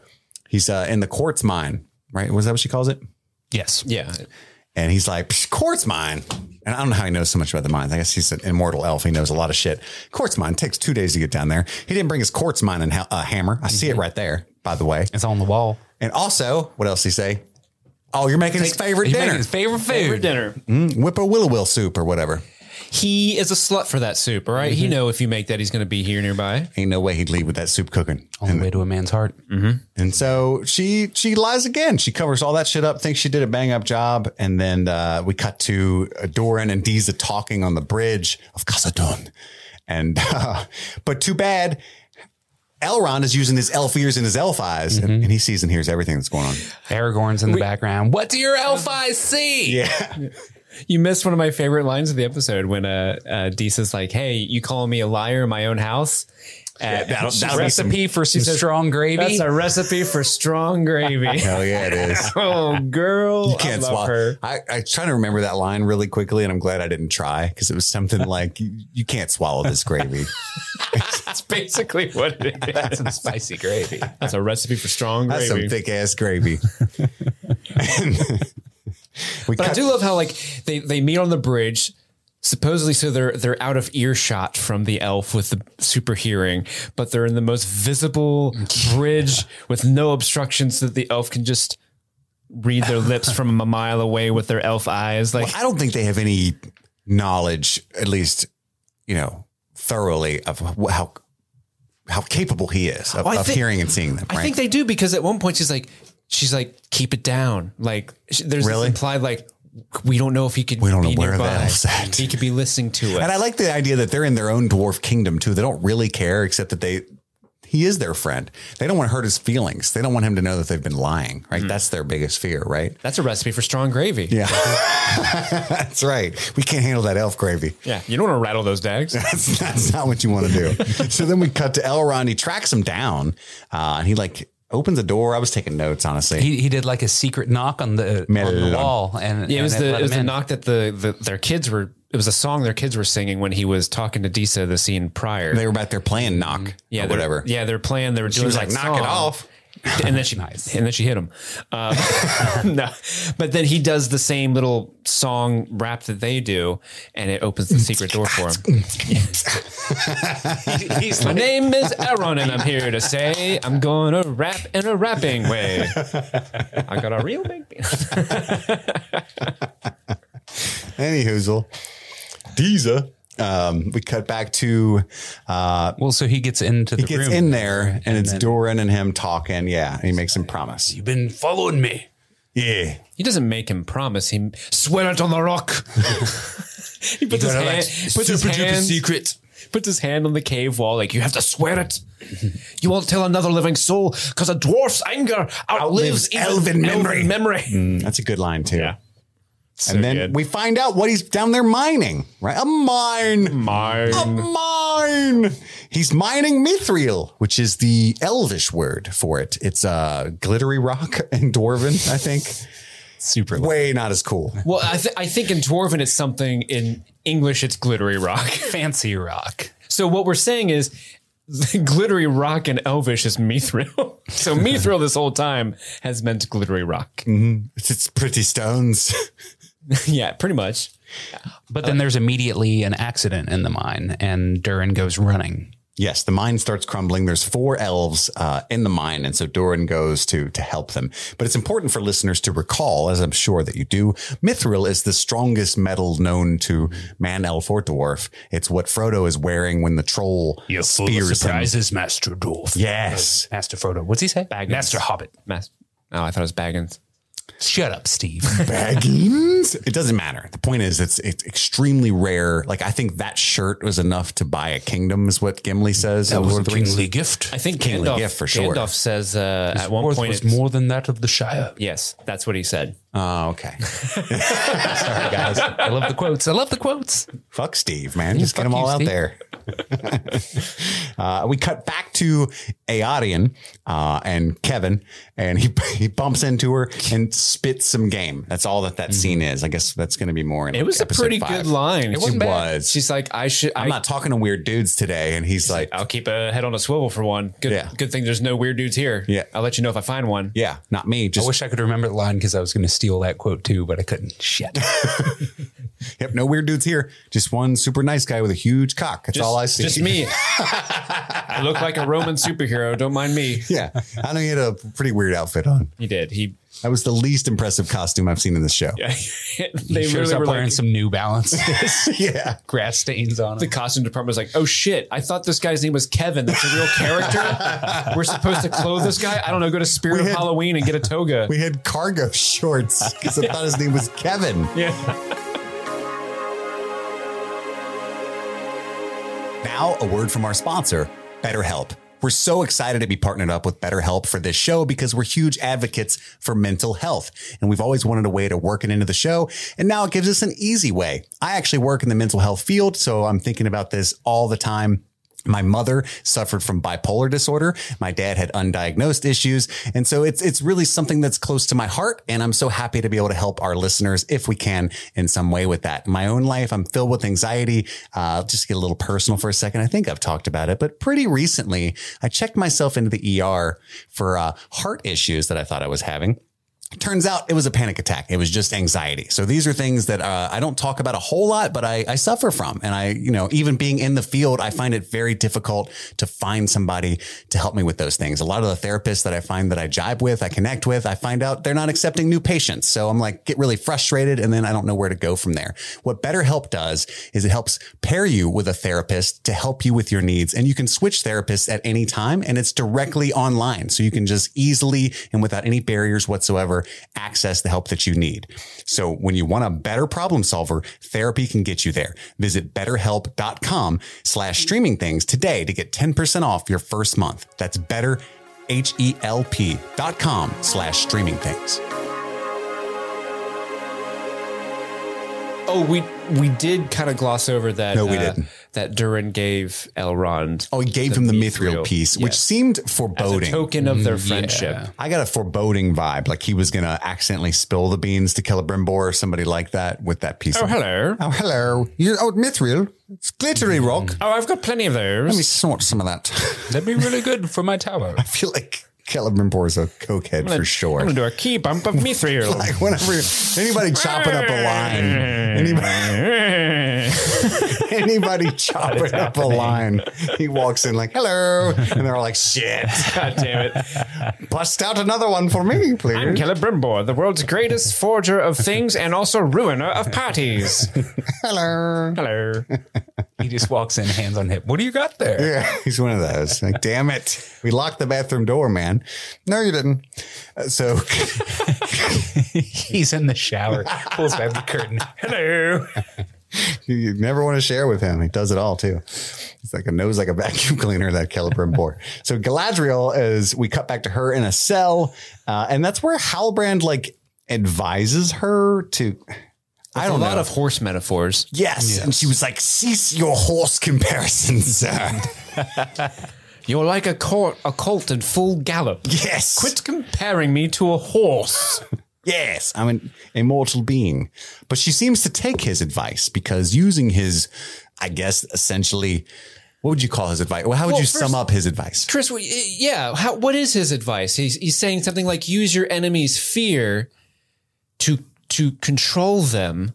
S3: he's uh, in the quartz mine, right? Was that what she calls it?
S4: Yes.
S5: yeah.
S3: And he's like, "Psh, quartz mine. And I don't know how he knows so much about the mines. I guess he's an immortal elf. He knows a lot of shit. Quartz mine takes two days to get down there. He didn't bring his quartz mine and ha- a hammer. I see it right there, by the way.
S4: It's on the wall.
S3: And also, what else did he say? Oh, you're making his favorite
S4: He's
S3: dinner,
S4: making his favorite food.
S5: Favorite dinner.
S3: whip a willow will soup or whatever.
S5: He is a slut for that soup, all right? He know if you make that, he's going to be here nearby.
S3: Ain't no way he'd leave with that soup cooking.
S4: Only way to a man's heart.
S3: And so she she lies again. She covers all that shit up, thinks she did a bang up job, and then uh, we cut to uh, Doran and Deeza talking on the bridge of Casadon. And uh, but too bad, Elrond is using his elf ears and his elf eyes,
S5: Mm-hmm.
S3: and, and he sees and hears everything that's going on.
S4: Aragorn's in the background. What do your elf eyes see?
S3: Yeah,
S5: Mm-hmm. You missed one of my favorite lines of the episode when uh, uh Deesa's like, "Hey, you calling me a liar in my own house?" Uh,
S3: that'll-
S5: she
S3: that'll be
S5: says,
S3: some-
S4: Recipe for some strong gravy.
S5: That's a recipe for strong gravy.
S3: hell yeah, it is.
S5: oh, girl,
S3: You can't
S5: I love
S3: swallow.
S5: her.
S3: I, I try to remember that line really quickly, and I'm glad I didn't try because it was something like you, you can't swallow this gravy.
S5: That's basically what it is.
S4: That's some spicy gravy.
S5: That's a recipe for strong
S3: That's some
S5: gravy.
S3: thick ass gravy. And we
S5: But I
S3: cut-
S5: do love how like they they meet on the bridge. Supposedly, so they're they're out of earshot from the elf with the super hearing, but they're in the most visible bridge with no obstructions that the elf can just read their lips from a mile away with their elf eyes. Like
S3: I don't think they have any knowledge, at least, you know, thoroughly of wh- how how capable he is of,
S5: Well, Oh, I
S3: of
S5: think-
S3: hearing and seeing them. Right?
S5: I think they do because at one point she's like, she's like, keep it down. Like sh- there's
S3: Really?
S5: this implied like we don't know if he could.
S3: We don't know
S5: be
S3: where the
S5: nearby.
S3: elf's at.
S5: He could be listening to
S3: and
S5: it.
S3: I like the idea that they're in their own dwarf kingdom too. They don't really care, except that they he is their friend. They don't want to hurt his feelings. They don't want him to know that they've been lying. Right? That's their biggest fear. Right?
S5: That's a recipe for strong gravy.
S3: Yeah, that's right. We can't handle that elf gravy.
S5: yeah. You don't want to rattle those dags.
S3: That's, that's not what you want to do. so then we cut to Elrond. He tracks him down, uh, and he like opens a door. I was taking notes, honestly.
S4: He, he did like a secret knock on the, on
S3: Melon.
S4: the wall, and
S5: Yeah, it
S4: and
S5: was the
S4: let
S5: it was
S4: him
S5: the
S4: in.
S5: knock that the, the their kids were. It was a song their kids were singing when he was talking to Disa the scene prior.
S3: they were back there playing knock,
S5: yeah,
S3: or
S5: they're-
S3: whatever.
S5: Yeah, they're playing. They were doing
S3: was
S5: that
S3: like, "Knock it
S5: song."
S3: off.
S5: and then she and then she hit him. Um, no, but then he does the same little song rap that they do, and it opens the secret door for him.
S4: He's
S5: My
S4: like,
S5: name is Aaron, and I'm here to say I'm gonna rap in a rapping way. I got a real big.
S3: Any hoozle, Deeza. Um, we cut back to uh,
S4: well, so he gets into the
S3: he gets
S4: room.
S3: in there, and, it's Doran and him talking. Yeah, and he makes him promise.
S4: You've been following me.
S3: Yeah,
S5: He doesn't make him promise. He swear it on the rock. he puts his, hand, puts, his hand,
S4: secret.
S5: puts his hand on the cave wall, like you have to swear it. You won't tell another living soul, because a dwarf's anger outlives,
S3: Outlives
S5: even
S3: elven memory.
S5: memory.
S3: Mm, that's a good line too.
S5: Yeah.
S3: and then we find out what he's down there mining. Right, a mine. A
S5: Mine.
S3: mine. He's mining mithril, which is the Elvish word for it. It's uh, glittery rock in Dwarven, I think.
S5: Super.
S3: Way not as cool.
S5: Well, I, th- I think in Dwarven it's something in English it's glittery rock.
S4: Fancy rock.
S5: So what we're saying is the glittery rock in Elvish is mithril. so mithril this whole time has meant glittery rock.
S3: It's, it's pretty stones.
S5: yeah, pretty much.
S4: But then there's immediately an accident in the mine, and Durin goes running.
S3: yes, the mine starts crumbling. There's four elves uh, in the mine, and so Doran goes to to help them. But it's important for listeners to recall, as I'm sure that you do, mithril is the strongest metal known to man, elf, or dwarf. It's what Frodo is wearing when the troll spears him.
S4: Master Dwarf.
S3: Yes.
S4: Master Frodo. What's he say? Master Hobbit.
S5: Mas- Oh, I thought it was Baggins.
S4: Shut up, Steve.
S3: Baggins? It doesn't matter. The point is, it's it's extremely rare. Like I think that shirt was enough to buy a kingdom, is what Gimli says. in Lord of the Rings.
S4: gift.
S5: I think
S3: Kingly
S5: Gandalf,
S3: gift for sure.
S5: Gandalf says uh, at one
S4: Worth
S5: point,
S4: was
S5: it's-
S4: more than that of the Shire.
S5: yes, that's what he said.
S3: Oh, okay.
S4: Sorry, guys. I love the quotes. I love the quotes.
S3: fuck Steve, man. Just get
S4: fuck
S3: them all
S4: you,
S3: out
S4: Steve.
S3: there. uh, we cut back to Aodian uh, and Kevin, and he he bumps into her and spits some game. That's all that that scene is. I guess that's going to be more. In
S5: Mm-hmm. It was a pretty good line. It
S3: wasn't bad.
S5: She's like, I should.
S3: I'm not talking to weird dudes today, and he's like, "Oh,
S5: I'll keep a head on a swivel for one. Good,
S3: Yeah.
S5: good thing there's no weird dudes here.
S3: Yeah.
S5: I'll let you know if I find one.
S3: "Yeah, not me.
S4: I
S5: Oh,
S3: Just
S4: wish I could remember the line because I was going to steal that quote too, but I couldn't. Shit.
S3: Yep, no weird dudes here. Just one super nice guy with a huge cock. That's all I see.
S5: Just me. I look like a Roman superhero. Don't mind me.
S3: Yeah, I know he had a pretty weird outfit on.
S5: He did. He
S3: That was the least impressive costume I've seen in this show. Yeah,
S5: they
S4: He shows
S5: really
S4: up
S5: were
S4: wearing
S5: like,
S4: some New Balances, grass stains on
S5: the
S4: him.
S5: costume department was like, oh shit, I thought this guy's name was Kevin. That's a real character. We're supposed to clothe this guy. I don't know. Go to Spirit of
S3: had-
S5: Halloween and get a toga.
S3: we had cargo shorts because I thought his name was Kevin.
S5: yeah.
S3: Now, a word from our sponsor, BetterHelp. We're so excited to be partnered up with BetterHelp for this show because we're huge advocates for mental health. And we've always wanted a way to work it into the show. And now it gives us an easy way. I actually work in the mental health field, so I'm thinking about this all the time. My mother suffered from bipolar disorder. My dad had undiagnosed issues. And so it's, it's really something that's close to my heart. And I'm so happy to be able to help our listeners if we can in some way with that. In my own life, I'm filled with anxiety. Uh, just to get a little personal for a second. I think I've talked about it, but pretty recently I checked myself into the ER for uh, heart issues that I thought I was having. Turns out it was a panic attack. It was just anxiety. So these are things that uh, I don't talk about a whole lot, but I, I suffer from. And I, you know, even being in the field, I find it very difficult to find somebody to help me with those things. A lot of the therapists that I find that I jibe with, I connect with, I find out they're not accepting new patients. So I'm like, get really frustrated. And then I don't know where to go from there. What BetterHelp does is it helps pair you with a therapist to help you with your needs. And you can switch therapists at any time and it's directly online. So you can just easily and without any barriers whatsoever access the help that you need. So when you want a better problem solver, therapy can get you there. Visit betterhelp.com slash streaming things today to get 10% off your first month. That's better. H-E-L-P dot com slash streaming things.
S5: Oh, we we did kind of gloss over that. uh,
S3: No, we didn't.
S5: That Durin gave Elrond
S3: Oh, he gave him the mithril
S5: mithril,
S3: piece, which
S5: yes.
S3: seemed
S5: as a
S3: foreboding.
S5: token of their friendship.
S3: I got a foreboding vibe, like he was going to accidentally spill the beans to Celebrimbor or somebody like that with that piece.
S5: Oh,
S3: of-
S5: hello.
S3: Oh, hello. You're, oh, mithril. It's glittery rock.
S5: Oh, I've got plenty of
S3: Let me
S5: those.
S3: snort some of that.
S4: That'd be really good for my tower.
S3: I feel like Celebrimbor is a cokehead for sure.
S5: I'm gonna do a key bump of mithril.
S3: like whenever anybody chopping up a line, anybody, anybody chopping up a line, he walks in like, hello. And they're all like, shit,
S5: God damn it.
S3: bust out another one for me, please.
S5: I'm Celebrimbor, the world's greatest forger of things and also ruiner of parties.
S3: hello.
S5: Hello.
S4: He just walks in, hands on hip. What do you got there?
S3: Yeah, he's one of those. Like, damn it. We locked the bathroom door, man. No, you didn't. Uh, so,
S4: He's in the shower, pulls back the curtain. Hello.
S3: You, you never want to share with him. He does it all too. He's like a nose like a vacuum cleaner, that Celebrimbor. So Galadriel is we cut back to her in a cell, uh, and that's where Halbrand like advises her to. I don't
S5: a lot
S3: know.
S5: of horse metaphors.
S3: yes. and she was like, "Cease your horse comparisons, sir."
S5: You're like a colt, a colt in full gallop.
S3: yes,
S5: Quit comparing me to a horse.
S3: Yes, I'm an immortal being. But she seems to take his advice because using his, I guess, essentially, what would you call his advice? Well, how would
S5: Well,
S3: you
S5: first-
S3: sum up his advice?
S5: Tris, we- eh, yeah. How, what is his advice? He's, he's saying something like, use your enemy's fear to to control them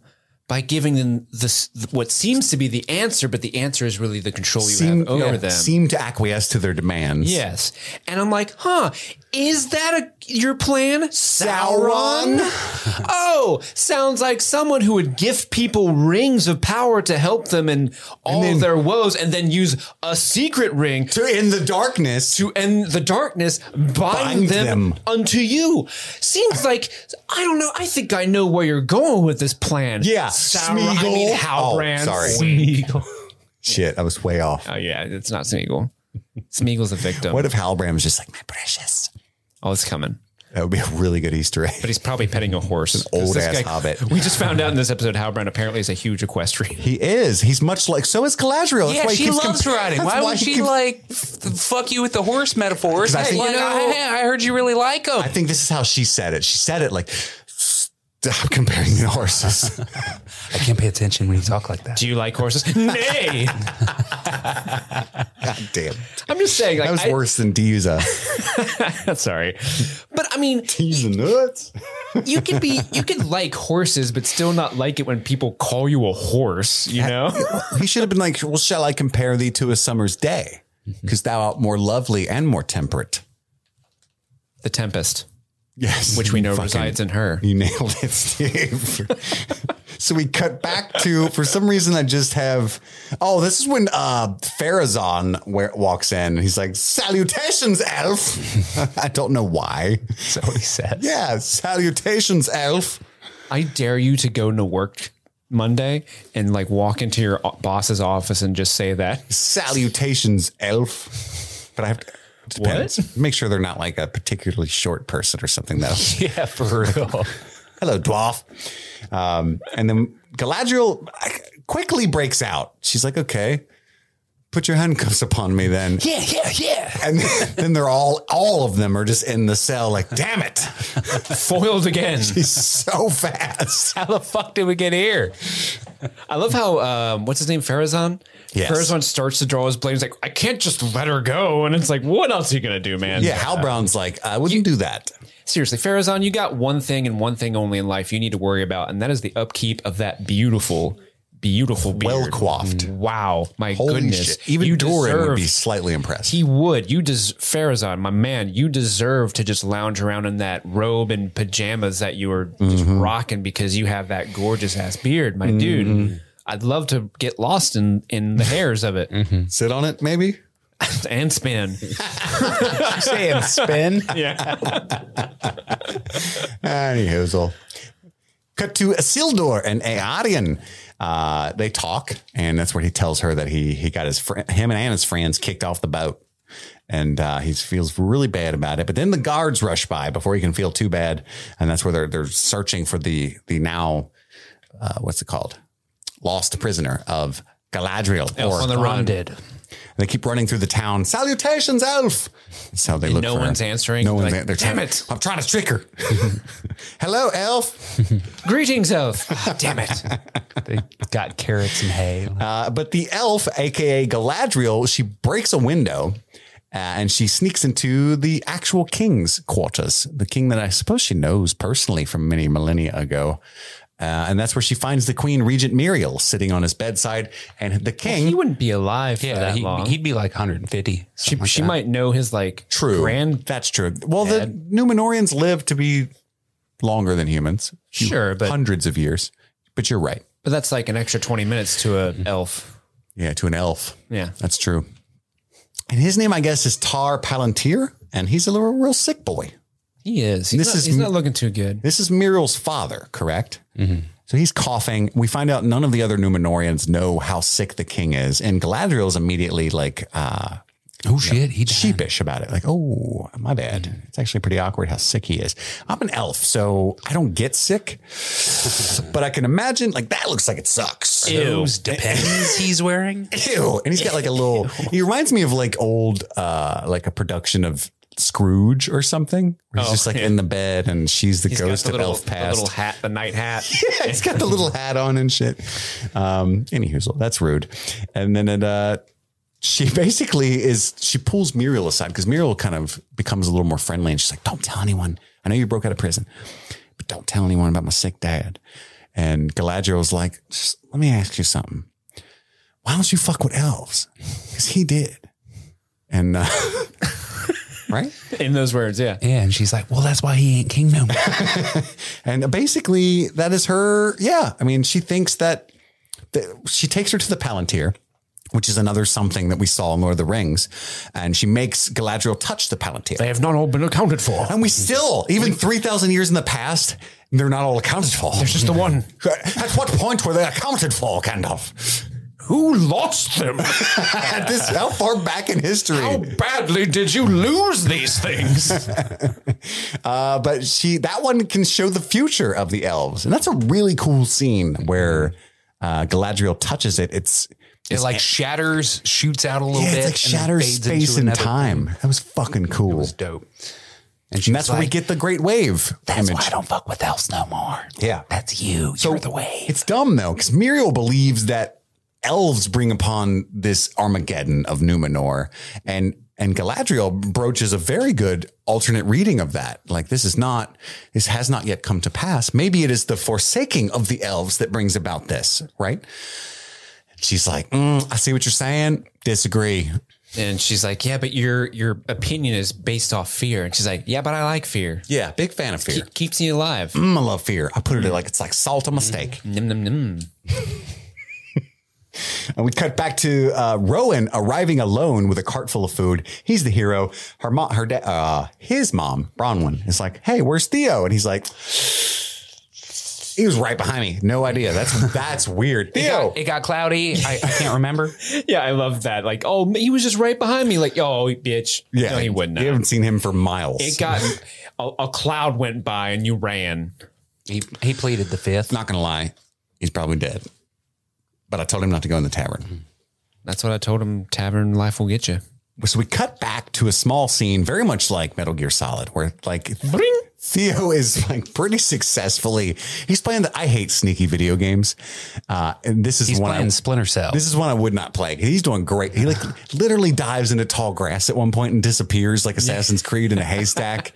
S5: by giving them this what seems to be the answer, but the answer is really the control you
S3: seem,
S5: have over
S3: yeah,
S5: them.
S3: seem to acquiesce to their demands.
S5: yes, and I'm like, huh? Is that a your plan,
S3: Sauron?
S5: Sauron? oh, sounds like someone who would gift people rings of power to help them in all
S3: then-
S5: their woes, and then use a secret ring
S3: To in the darkness.
S5: to end the darkness, bind,
S3: Bind
S5: them,
S3: them.
S5: unto you. Seems like I don't know. I think I know where you're going with this plan.
S3: yeah,
S5: Sauron, I mean, Halbrand.
S3: Oh, sorry. Shit, I was way off.
S5: Oh yeah, it's not Smeagol. Smeagol's a victim.
S3: What if Halbrand was just like my precious?
S5: oh, it's coming.
S3: That would be a really good Easter egg.
S5: But he's probably petting a horse.
S3: old
S5: 'Cause this
S3: ass hobbit.
S5: We just found out in this episode Halbrand apparently is a huge equestrian.
S3: He is. He's much like so is Galadriel.
S4: Yeah,
S3: why he
S4: she
S3: keeps
S4: loves
S3: compa-
S4: riding.
S3: That's
S4: Why, would
S3: he
S4: she
S3: keeps-
S4: like f- fuck you with the horse metaphors?
S3: I
S4: Like,
S3: think-
S4: you know, I, I heard you really like him.
S3: I think this is how she said it. She said it like, "Stop comparing the horses."
S4: I can't pay attention when you talk like that.
S5: Do you like horses? Nay.
S3: God damn.
S5: I'm just saying, like,
S3: That was
S5: I-
S3: worse than Diza.
S5: sorry, but I mean,
S3: Diza nuts.
S5: you can be, you can like horses, but still not like it when people call you a horse. You know,
S3: He should have been like, well, shall I compare thee to a summer's day? Because thou art more lovely and more temperate.
S5: the Tempest,
S3: Yes.
S5: which we know
S3: Fucking-
S5: resides in her.
S3: You nailed it, Steve. so we cut back to, for some reason, I just have, oh, this is when uh, Farazan where, walks in. He's like, salutations, elf. I don't know why.
S4: That's what he said.
S3: Yeah, salutations, elf.
S5: I dare you to go to work Monday and like walk into your o- boss's office and just say that.
S3: Salutations, elf. But I have to. it Depends. Make sure they're not like a particularly short person or something, though.
S4: Yeah, for real.
S3: Hello, dwarf. Um, and then Galadriel uh, quickly breaks out. She's like, okay, put your handcuffs upon me then.
S4: yeah, yeah, yeah.
S3: And then they're all, all of them are just in the cell, like, damn it.
S5: Foiled again.
S3: He's so fast.
S4: How the fuck did we get here?
S5: I love how um, what's his name Farazan.
S3: Yes.
S5: Farazan starts to draw his blade. He's like, I can't just let her go, and it's like, what else are you gonna do, man?
S3: Yeah, Hal Brown's like, I wouldn't do that.
S5: Seriously, Farazan, you got one thing and one thing only in life you need to worry about, and that is the upkeep of that beautiful, beautiful beard.
S3: Well coiffed.
S5: Wow, my
S3: Holy
S5: goodness!
S3: shit. Even Doran would be
S5: deserve-
S3: slightly impressed.
S5: He would. You des Farazan, my man. You deserve to just lounge around in that robe and pajamas that you were just
S3: Mm-hmm.
S5: rocking because you have that gorgeous ass beard, my
S3: Mm-hmm.
S5: dude. I'd love to get lost in in the hairs of it
S3: Sit on it, maybe?
S5: and spin.
S3: Saying spin.
S5: Yeah,
S3: Anyhoozle. Cut to Isildur and Aarion. Uh, they talk, and that's where he tells her that he he got his fr- him and Anna's friends kicked off the boat, and uh, he feels really bad about it. But then the guards rush by before he can feel too bad, and that's where they're they're searching for the the now uh, what's it called lost prisoner of Galadriel. Or
S5: Oh, on the run.
S4: Did.
S3: they keep running through the town. Salutations, elf. That's how they look.
S5: no
S3: for her.
S5: one's answering.
S3: No one's
S5: Like,
S3: an- they're
S5: "Damn
S3: trying-
S5: it."
S3: I'm trying to trick her. Hello, elf.
S5: Greetings, elf. Ah, damn it.
S4: They got carrots and hay.
S3: Uh, but the elf, aka Galadriel, she breaks a window uh, and she sneaks into the actual king's quarters, the king that I suppose she knows personally from many millennia ago. Uh, and that's where she finds the queen regent Muriel sitting on his bedside, and the king.
S5: He wouldn't be alive for
S4: yeah,
S5: that
S4: he,
S5: long.
S4: would be like 150.
S5: she she might know his like
S3: true,
S5: grand
S3: that's true. Well, the Numenorians live to be longer than humans,
S5: Sure, but-
S3: hundreds of years. But you're right.
S5: But that's like an extra 20 minutes to a elf.
S3: Yeah, to an elf.
S5: Yeah.
S3: That's true. And his name, I guess, is Tar Palantir, and he's a little real sick boy.
S5: He is. He's,
S3: This
S5: not,
S3: is
S5: he's
S3: m-
S5: not looking too good.
S3: This is Muriel's father, correct? So he's coughing. We find out none of the other Numenorians know how sick the king is, and Galadriel's immediately like uh,
S4: Oh, shit. He
S3: sheepish about it. Like, oh, my bad. It's actually pretty awkward how sick he is. I'm an elf, so I don't get sick, but I can imagine like that looks like it sucks.
S4: Those depends he's wearing.
S3: Ew. And he's got like a little, he reminds me of like old, uh, like a production of Scrooge or something. Where
S4: Oh,
S3: he's just like in the bed and she's the ghost
S5: the
S3: of
S5: little,
S3: Elf Past.
S5: the little hat, the night hat.
S3: yeah, he's got the little hat on and shit. Um, anywho, that's rude. And then it, uh, she basically is, she pulls Muriel aside because Muriel kind of becomes a little more friendly and she's like, don't tell anyone. I know you broke out of prison, but don't tell anyone about my sick dad. And Galadriel's like, "Just let me ask you something. Why don't you fuck with elves? Because he did. And, uh, right?
S5: In those words, yeah.
S4: Yeah, and she's like, well, that's why he ain't king no more.
S3: And basically, that is her. Yeah. I mean, she thinks that, that she takes her to the Palantir, which is another something that we saw in Lord of the Rings. And she makes Galadriel touch the Palantir.
S5: have not all been accounted for.
S3: And we still, even 3,000 years in the past, they're not all accounted for. There's
S5: the one.
S3: At what point were they accounted for, Gandalf?
S5: Who lost them?
S3: At this, how far back in history?
S5: badly did you lose these things?
S3: Uh, but she that one can show the future of the elves, and that's a really cool scene where uh, Galadriel touches it. It's
S4: It like shatters, shoots out a little
S3: yeah,
S4: bit.
S3: it's like
S4: and then
S3: shatters
S4: fades
S3: space
S4: into
S3: and
S4: another-
S3: time. That was fucking cool.
S4: It was dope.
S3: and that's where we
S4: like,
S3: get the great wave
S4: That's
S3: image.
S4: why I don't fuck with elves no more.
S3: Yeah.
S4: That's you. You're the way.
S3: It's dumb though, because Muriel believes that elves bring upon this Armageddon of Numenor, and and Galadriel broaches a very good alternate reading of that. Like this is not, this has not yet come to pass. Maybe it is the forsaking of the elves that brings about this, right? She's like, "Mm, I see what you're saying. Disagree.
S5: And she's like, "Yeah, but your your opinion is based off fear." And she's like, "Yeah, but I like fear.
S3: Yeah, big fan of fear.
S5: It keeps you alive."
S3: Mm, I love fear. I put it like it's like salt on my steak.
S5: Nim nim nim.
S3: And we cut back to uh, Rowan arriving alone with a cart full of food. He's the hero. Her mom, her dad, uh, his mom, Bronwyn, is like, "Hey, where's Theo?" And he's like, "He was right behind me. No idea. That's that's weird." Theo,
S4: It got cloudy. I, I can't remember.
S5: Yeah, I love that. Like, oh, he was just right behind me. Like, oh, bitch.
S3: yeah,
S5: no, he wouldn't.
S3: You
S5: have.
S3: haven't seen him for miles.
S5: It got a, a cloud went by and you ran.
S4: He he pleaded the fifth.
S3: not gonna lie, he's probably dead. But I told him not to go in the tavern.
S5: That's what I told him. Tavern life will get you.
S3: so we cut back to a small scene, very much like Metal Gear Solid, where like Theo is like pretty successfully. He's playing the. I hate sneaky video games, uh, and this is
S4: He's
S3: one.
S4: playing
S3: I,
S4: Splinter Cell.
S3: this is one I would not play. He's doing great. He like literally dives into tall grass at one point and disappears like Assassin's Creed in a haystack,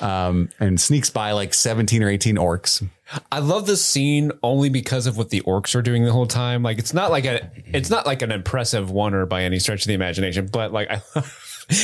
S3: um, and sneaks by like seventeen or eighteen orcs.
S5: I love this scene only because of what the orcs are doing the whole time. Like it's not like a it's not like an impressive wonder by any stretch of the imagination, but like I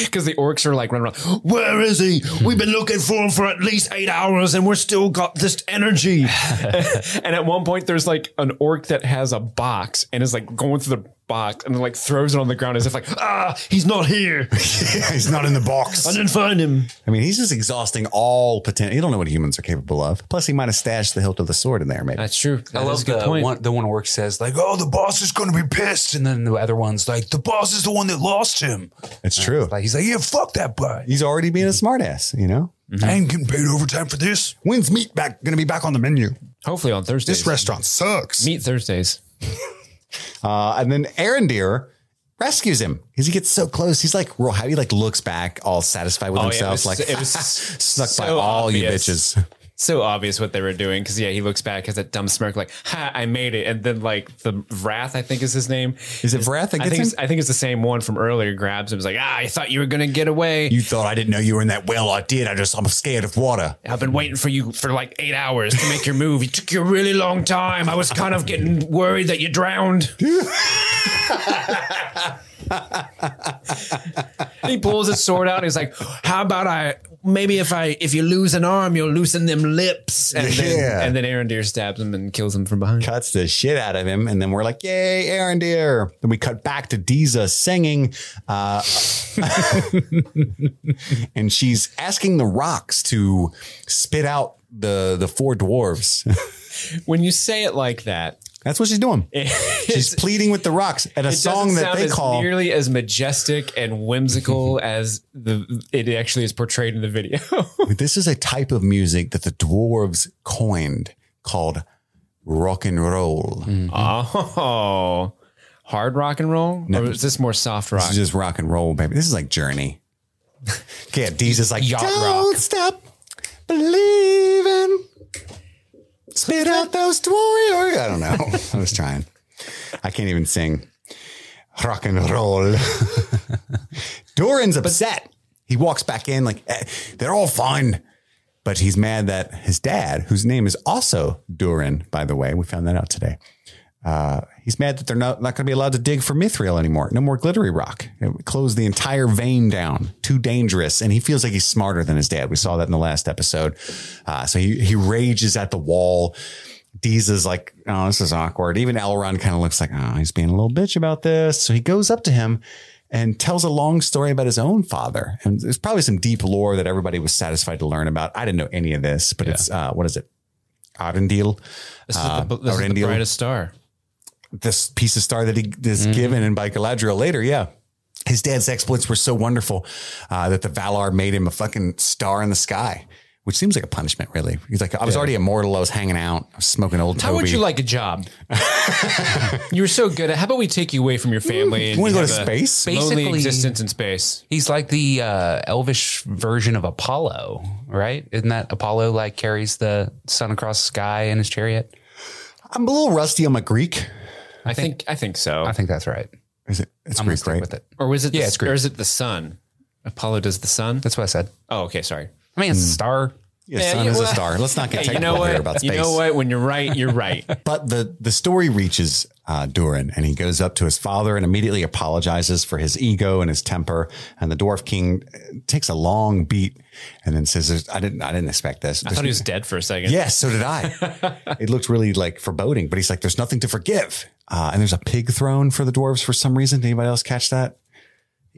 S5: because the orcs are like running around.
S6: Where is he? We've been looking for him for at least eight hours and we're still got this energy.
S5: and at one point there's like an orc that has a box and is like going through the box and then like throws it on the ground as if like
S6: ah, he's not here.
S3: he's not in the box.
S6: I didn't find him.
S3: I mean, he's just exhausting all potential. You don't know what humans are capable of. Plus, he might have stashed the hilt of the sword in there. Maybe
S5: that's true.
S4: I love
S5: good
S4: the
S5: point.
S4: one. The one orc says like, "Oh, the boss is going to be pissed," and then the other one's like, "The boss is the one that lost him."
S3: it's true.
S4: Like he's like, "Yeah, fuck that guy.
S3: he's already being a smartass. You know,
S4: I ain't getting paid overtime for this."
S3: When's meat back going to be back on the menu?
S5: Hopefully on Thursdays.
S3: restaurant sucks.
S5: Meet Thursdays.
S3: Uh, and then Arendir rescues him because he gets so close. He's like real happy, like looks back all satisfied with
S5: Oh, yeah, it
S3: himself.
S5: was-
S3: like
S5: it was
S3: snuck by
S5: so
S3: all
S5: obvious.
S3: you bitches.
S5: so obvious what they were doing because yeah, he looks back has that dumb smirk like, "Ha, I made it," and then like the Wrath, I think is his name.
S3: Is it Wrath that
S5: I
S3: gets
S5: think
S3: him?
S5: it's, I think it's the same one from earlier. Grabs him, is like, "Ah, I thought you were gonna get away.
S3: You thought I didn't know you were in that well. I did. I just I'm scared of water.
S5: I've been waiting for you for like eight hours to make your move. It took you a really long time. I was kind of getting worried that you drowned." he pulls his sword out. And he's like, "How about I?" Maybe if I if you lose an arm, you'll loosen them lips, and
S3: Yeah.
S5: then and then Aaron Deer stabs him and kills him from behind.
S3: cuts the shit out of him. And then we're like, yay, Aaron Deer. Then we cut back to Deeza singing. Uh, and she's asking the rocks to spit out the, the four dwarves.
S5: When you say it like that,
S3: That's what she's doing. She's pleading with the rocks at a
S5: it doesn't
S3: song that
S5: sound
S3: they
S5: as
S3: call.
S5: nearly as majestic and whimsical as the it actually is portrayed in the video.
S3: this is a type of music that the dwarves coined called rock and roll.
S5: oh, hard rock and roll, or is this more soft rock?
S3: This is just rock and roll, baby. This is like Journey. Okay, Deeza's like,
S4: Yacht
S3: don't stop believing. Spit out those warriors. I don't know. I was trying. I can't even sing rock and roll. Doran's upset. he walks back in like, "Eh, they're all fine. But he's mad that his dad, whose name is also Durin, by the way, we found that out today. Uh, he's mad that they're not, not going to be allowed to dig for mithril anymore. No more glittery rock. It closed the entire vein down. Too dangerous. And he feels like he's smarter than his dad. We saw that in the last episode. Uh, so he, he rages at the wall. Deez is like, oh, this is awkward. Even Elrond kind of looks like, oh, he's being a little bitch about this. So he goes up to him and tells a long story about his own father. And there's probably some deep lore that everybody was satisfied to learn about. I didn't know any of this, but it's, uh, what is it? Arendil.
S5: this
S3: Uh,
S5: is, the, this is the
S3: Aurendil.
S5: brightest star.
S3: this piece of star that he is
S5: Mm-hmm.
S3: given and by Galadriel later. Yeah. His dad's exploits were so wonderful uh, that the Valar made him a fucking star in the sky, which seems like a punishment, really. He's like, I was already immortal. I was hanging out. I was smoking old Toby.
S5: How would you like a job? you were so good at. How about we take you away from your family?
S3: Mm. You
S5: and
S3: want to go to
S5: have a
S3: space?
S5: Lonely
S4: Basically-
S5: existence in space.
S4: He's like the uh, elvish version of Apollo, right? Isn't that Apollo like carries the sun across the sky in his chariot?
S3: I'm a little rusty on my Greek.
S5: I think I think so.
S4: I think that's right.
S3: Is it? It's
S4: I'm gonna
S3: Greek,
S4: stick
S3: right?
S4: with it.
S5: or was it? The,
S4: Yeah, it's Greek.
S5: or is it the sun? Apollo does the sun.
S4: That's what I said.
S5: Oh, okay. Sorry.
S4: I
S3: Hmm.
S4: mean, it's a star.
S3: Yeah,
S5: Yeah,
S3: sun
S5: yeah,
S3: is a
S5: well-
S3: star. Let's not get
S5: Hey, you
S3: technical
S5: know what?
S3: here about space.
S5: You know what? When you're right, you're right.
S3: But the the story reaches uh, Durin, and he goes up to his father and immediately apologizes for his ego and his temper. And the Dwarf King uh, takes a long beat and then says, "There's- "I didn't, I didn't expect this."
S5: I thought he was dead for a second.
S3: Yes, so did I. it looked really like foreboding, but he's like, "There's nothing to forgive." Uh, and there's a pig thrown for the dwarves for some reason. Did anybody else catch that?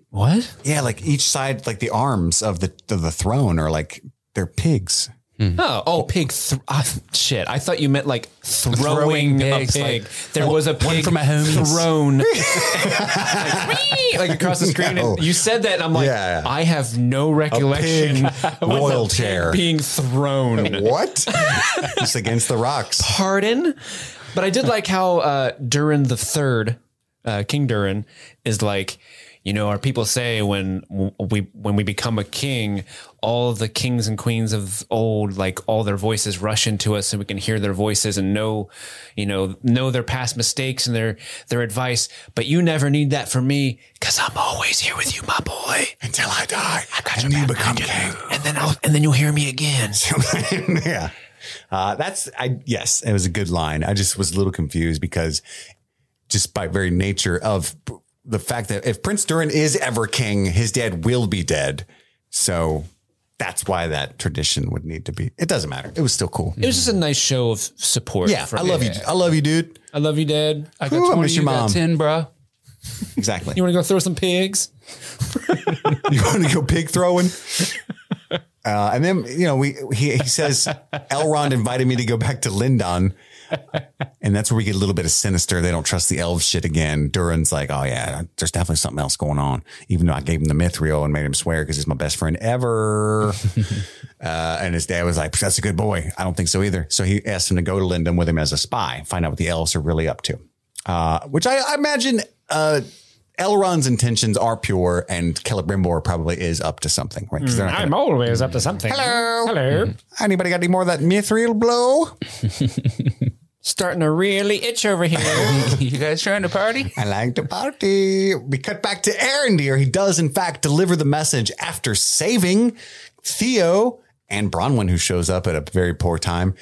S5: What?
S3: Yeah, like each side, like the arms of the of the throne are like they're pigs.
S5: Oh, oh, pig! Th- ah, shit, I thought you meant like
S4: Throwing
S5: throwing,
S4: pigs,
S5: a pig.
S4: like,
S5: there was a
S4: one
S5: pig
S4: for my homies.
S5: thrown, like, wee, like across the screen.
S3: No.
S5: And you said that, and I'm like,
S3: Yeah.
S5: I have no recollection
S3: pig
S5: of a
S3: royal
S5: pig
S3: chair.
S5: being thrown.
S3: What? Just against the rocks.
S5: Pardon, but I did like how uh, Durin the Third, uh, King Durin, is like. You know, our people say when w- we when we become a king, all the kings and queens of old, like all their voices rush into us, and we can hear their voices and know, you know, know their past mistakes and their their advice. But you never need that for me, because I'm always here with you, my boy.
S3: Until I die. and you become king.
S5: And then I'll and then you'll hear me again.
S3: yeah. Uh, that's I yes, it was a good line. I just was a little confused because just by very nature of the fact that if Prince Durin is ever king, his dad will be dead. So that's why that tradition would need to be. It doesn't matter. It was still cool.
S5: It was just a nice show of support.
S3: Yeah,
S5: from
S3: I love you. I love you, dude.
S5: I love you, Dad.
S4: I got
S3: Ooh, I
S4: 20,
S3: miss your
S4: you got
S3: mom.
S4: 10, bro.
S3: Exactly.
S5: You want to go throw some pigs?
S3: you want to go pig throwing? Uh, and then you know we he, he says Elrond invited me to go back to Lindon, and that's where we get a little bit of sinister. They don't trust the elf shit again. Durin's like, oh yeah, there's definitely something else going on. Even though I gave him the mithril and made him swear because he's my best friend ever. uh, and his dad was like, that's a good boy. I don't think so either. So he asked him to go to Lindon with him as a spy, find out what the elves are really up to. Uh, which I, I imagine uh, Elrond's intentions are pure, and Celebrimbor probably is up to something, right? 'Cause they're not gonna-
S6: always up to something.
S3: Hello.
S6: Hello.
S3: Anybody got any more of that mithril blow?
S5: Starting to really itch over here.
S4: you guys trying to party?
S3: I like to party. We cut back to Arendir. He does, in fact, deliver the message after saving Theo and Bronwyn, who shows up at a very poor time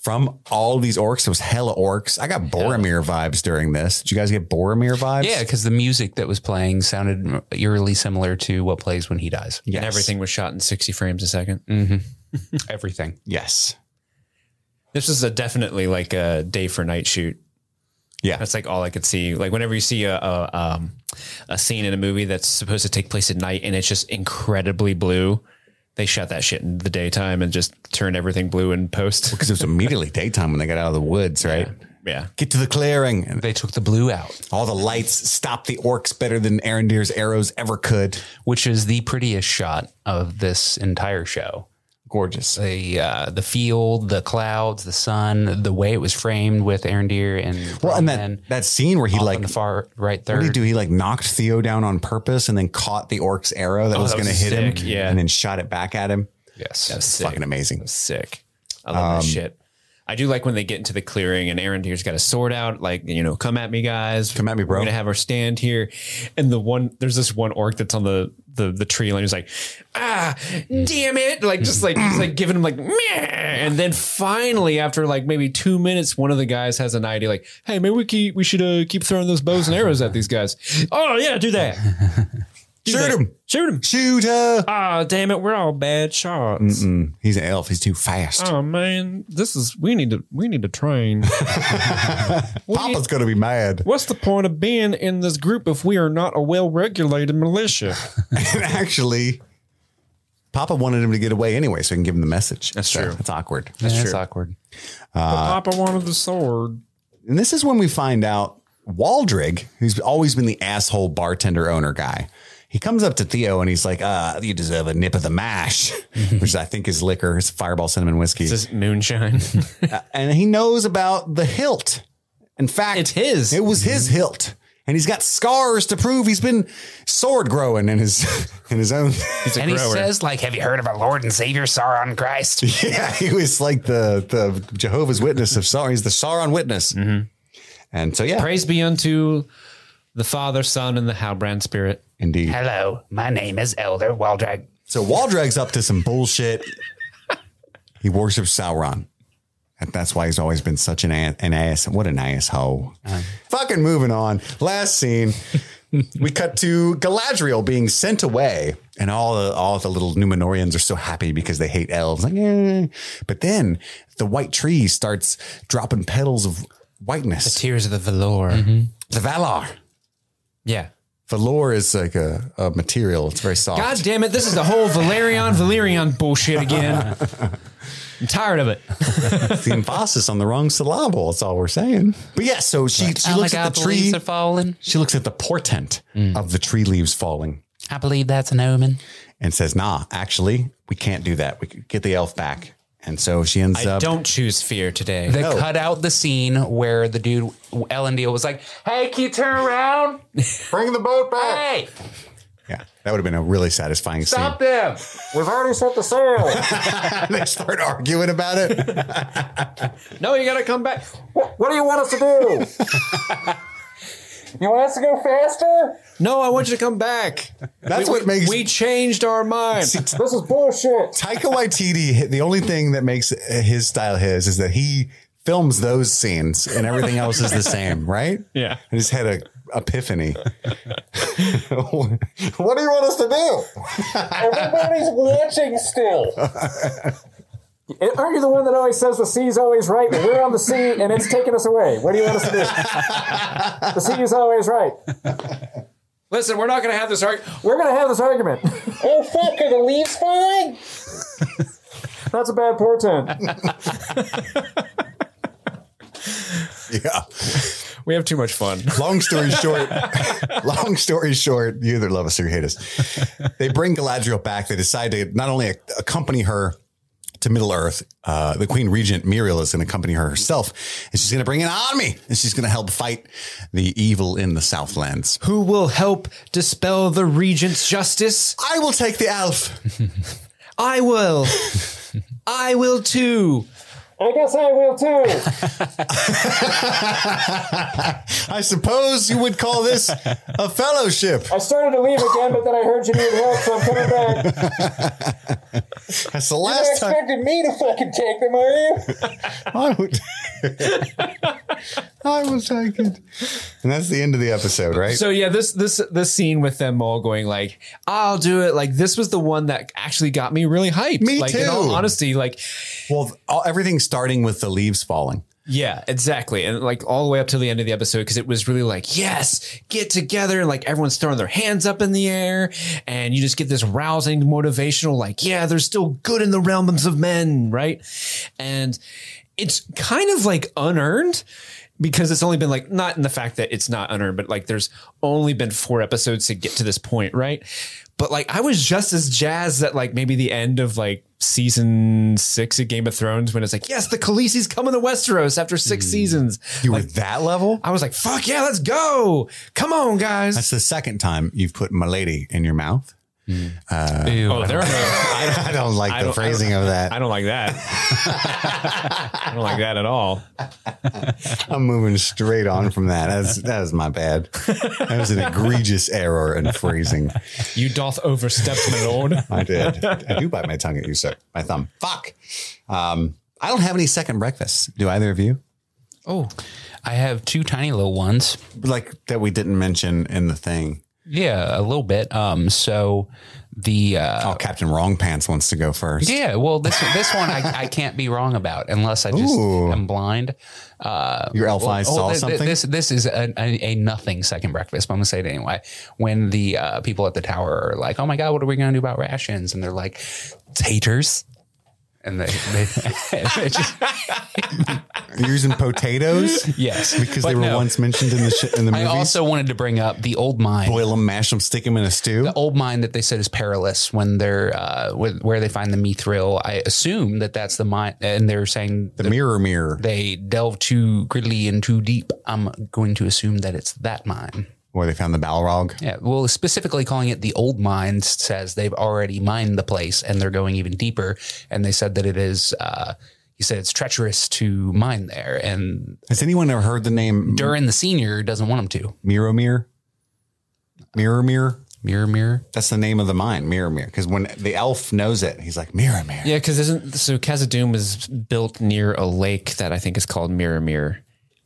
S3: from all these orcs. It was hella orcs. I got Boromir vibes during this. Did you guys get Boromir vibes?
S4: Yeah, because the music that was playing sounded eerily similar to what plays when he dies.
S3: Yes.
S5: And everything was shot in 60 frames a second.
S4: Everything.
S3: Yes.
S5: This is a definitely like a day for night shoot.
S3: Yeah.
S5: That's like all I could see. Like whenever you see a a, um, a scene in a movie that's supposed to take place at night and it's just incredibly blue, they shot that shit in the daytime and just turn everything blue in post.
S3: Because it was immediately daytime when they got out of the woods, right?
S5: yeah.
S3: Get to the clearing. And
S4: They took the blue out,
S3: all the lights stop the orcs better than Arendir's arrows ever could.
S4: which is the prettiest shot of this entire show.
S3: Gorgeous.
S4: The uh, the field, the clouds, the sun, the way it was framed with Arendir and
S3: Well, and
S4: Bronwyn
S3: that, that scene where he
S4: Oh, off
S3: like
S4: on the far right
S3: What
S4: third.
S3: did he do? He like knocked Theo down on purpose and then caught the orc's arrow that was
S5: that
S3: going
S5: was
S3: to hit
S5: sick,
S3: him
S5: yeah.
S3: and then shot it back at him.
S4: Yes.
S5: That's sick.
S3: Fucking amazing.
S5: sick. I love
S3: Um,
S5: that shit. I do like when they get into the clearing and Aaron here's got a sword out, like, you know, come at me, guys.
S3: Come at me, bro.
S5: We're gonna have our stand here. And the one there's this one orc that's on the the, the tree line. He's like, ah, damn it. Like just like just like giving him like meh. And then finally, after like maybe two minutes, one of the guys has an idea like, hey, maybe we keep we should uh, keep throwing those bows and arrows at these guys.
S6: Oh, yeah, do that.
S3: Shoot him!
S6: Shoot him.
S3: Shoot her!
S6: Ah, damn it. We're all bad shots.
S3: Mm-mm. He's an elf. He's too fast.
S6: Oh, man. This is, we need to, we need to train.
S3: Papa's going to be mad.
S6: What's the point of being in this group if we are not a well regulated militia?
S3: and actually, Papa wanted him to get away anyway, so he can give him the message. That's
S5: true.
S3: That's awkward.
S4: That's awkward.
S5: Uh,
S6: but Papa wanted the sword.
S3: And this is when we find out Waldrig, who's always been the asshole bartender owner guy, he comes up to Theo and he's like, uh, you deserve a nip of the mash, which I think is liquor. It's fireball cinnamon whiskey.
S5: This is moonshine.
S3: and he knows about the hilt. In fact,
S5: It's his.
S3: It was his hilt, and he's got scars to prove he's been sword growing in his in his own.
S4: And he says, like, have you heard of our Lord and Savior Sauron Christ?
S3: yeah, he was like the the Jehovah's Witness of Sauron. He's the Sauron witness. And so, yeah,
S5: Mm-hmm. Praise be unto the Father, Son, and the Halbrand Spirit.
S3: indeed.
S4: Hello, my name is Elder Waldrag.
S3: So Waldrag's up to some bullshit. he worships Sauron. And that's why he's always been such an ass. An ass. What an asshole. Fucking moving on. Last scene. we cut to Galadriel being sent away, and all the all the little Numenorians are so happy because they hate elves. Like, eh. But then the white tree starts dropping petals of whiteness.
S5: Tears of the Valor.
S3: The Valar.
S5: Yeah.
S3: Valor is like a, a material. It's very soft.
S5: God damn it. This is the whole Valerion, Valerion bullshit again. I'm tired of it.
S3: the emphasis on the wrong syllable. That's all we're saying. But yeah, so she,
S5: Oh
S3: she looks at the tree.
S4: falling.
S3: She looks at the portent
S5: Mm.
S3: of the tree leaves falling
S4: I believe that's an omen.
S3: and says, "Nah, actually, we can't do that. We could get the elf back." And so she ends
S5: I
S3: up.
S5: don't choose fear today.
S4: They cut out the scene where the dude Ellen Deal was like, "Hey, can you turn around?
S3: bring the boat back.
S4: Hey,
S3: Yeah, that would have been a really satisfying
S4: stop them! We've already set the sail."
S3: scene. they start arguing about it.
S5: No, you gotta come back.
S4: What do you want us to do? you want us to go faster?
S5: No, I want you to come back.
S3: That's what makes
S5: We changed our mind.
S4: This is bullshit.
S3: Taika Waititi. The only thing that makes his style his is that he films those scenes and everything else is the same, right?
S5: Yeah.
S3: I just had a epiphany. what do you want us to do?
S4: Everybody's watching still. Aren't you the one that always says the sea's always right? But we're on the sea and it's taking us away. What do you want us to do? The sea is always right.
S5: Listen, we're not gonna have this argument.
S4: We're gonna have this argument. oh fuck, are the leaves falling? That's a bad portent.
S3: Yeah.
S5: We have too much fun.
S3: Long story short, long story short, you either love us or you hate us. They bring Galadriel back. They decide to not only ac- accompany her to Middle Earth, uh, the Queen Regent Muriel is going to accompany her herself, and she's going to bring an army, and she's going to help fight the evil in the Southlands.
S5: Who will help dispel the regent's justice?
S3: I will take the elf.
S5: I will. I will too.
S4: I guess I will too.
S3: I suppose you would call this a fellowship.
S4: I started to leave again, but then I heard you need help, so I'm coming back. You
S3: That's the last time.
S4: expected me to fucking take them, are you?
S3: I would. I will take it. And that's the end of the episode, right?
S5: So yeah, this this this scene with them all going like, "I'll do it." Like this was the one that actually got me really hyped.
S3: Me
S5: like, In all
S3: too.
S5: honesty, like
S3: Well, all, everything starting with the leaves falling.
S5: yeah, exactly, and like all the way up to the end of the episode because it was really like, "Yes, get together!" and, Like everyone's throwing their hands up in the air, and you just get this rousing motivational, like, "Yeah, there's still good in the realms of men," right? And it's kind of like unearned because it's only been like not in the fact that it's not unearned, but like there's only been four episodes to get to this point, right? But like I was just as jazzed that like maybe the end of like season six of Game of Thrones when it's like, yes, the Khaleesi's coming to Westeros after six seasons.
S3: Mm. You were that level?
S5: I was like, fuck yeah, let's go. Come on, guys.
S3: That's the second time you've put "milady" in your mouth.
S5: oh, there are
S3: I don't, I don't like the
S5: don't-
S3: phrasing of that.
S5: I don't like that. I don't like that at all.
S3: I'm moving straight on from that. That's that is my bad. That was an egregious error in phrasing.
S5: You doth overstep, my lord.
S3: I did. I do bite my tongue at you, sir. My thumb. Fuck. Um, I don't have any second breakfasts. Do either of you?
S4: Oh, I have two tiny little ones.
S3: Like that we didn't mention in the thing.
S4: Yeah, a little bit. Um, so the uh,
S3: Oh, Captain Wrong Pants wants to go first.
S4: yeah, well, this this one I, I can't be wrong about unless I just
S3: Ooh.
S4: am blind. Uh,
S3: Your elf eyes saw
S4: thi- thi-
S3: something?
S4: This this is a, a, a nothing second breakfast, but I'm gonna say it anyway. When the uh, people at the tower are like, "Oh my god, what are we gonna do about rations?" and they're like, "Taters," and they, they, they just,
S3: You're using potatoes
S4: yes,
S3: because
S4: But
S3: they were
S4: no.
S3: once mentioned in the sh- in the
S4: I
S3: movies.
S4: also wanted to bring up the old mine.
S3: Boil them, mash them, stick them in a stew.
S4: the old mine that they said is perilous when they're uh, with, where they find the mithril. I assume that that's the mine, and they're saying
S3: The mirror, mirror.
S4: they delve too gridly and too deep. I'm going to assume that it's that mine.
S3: where they found the Balrog.
S4: Yeah, well, specifically calling it the old mine says they've already mined the place and they're going even deeper. And they said that it is, uh, He said it's treacherous to mine there, and
S3: Has anyone ever heard the name
S4: Durin the senior doesn't want him to.
S3: Miromir? Miromir?
S4: Mirror, mirror.
S3: That's the name of the mine, Miromir. Because when the elf knows it, he's like, Miromir.
S1: Yeah, because isn't so Khazad-dûm is built near a lake that I think is called Mirror Mirror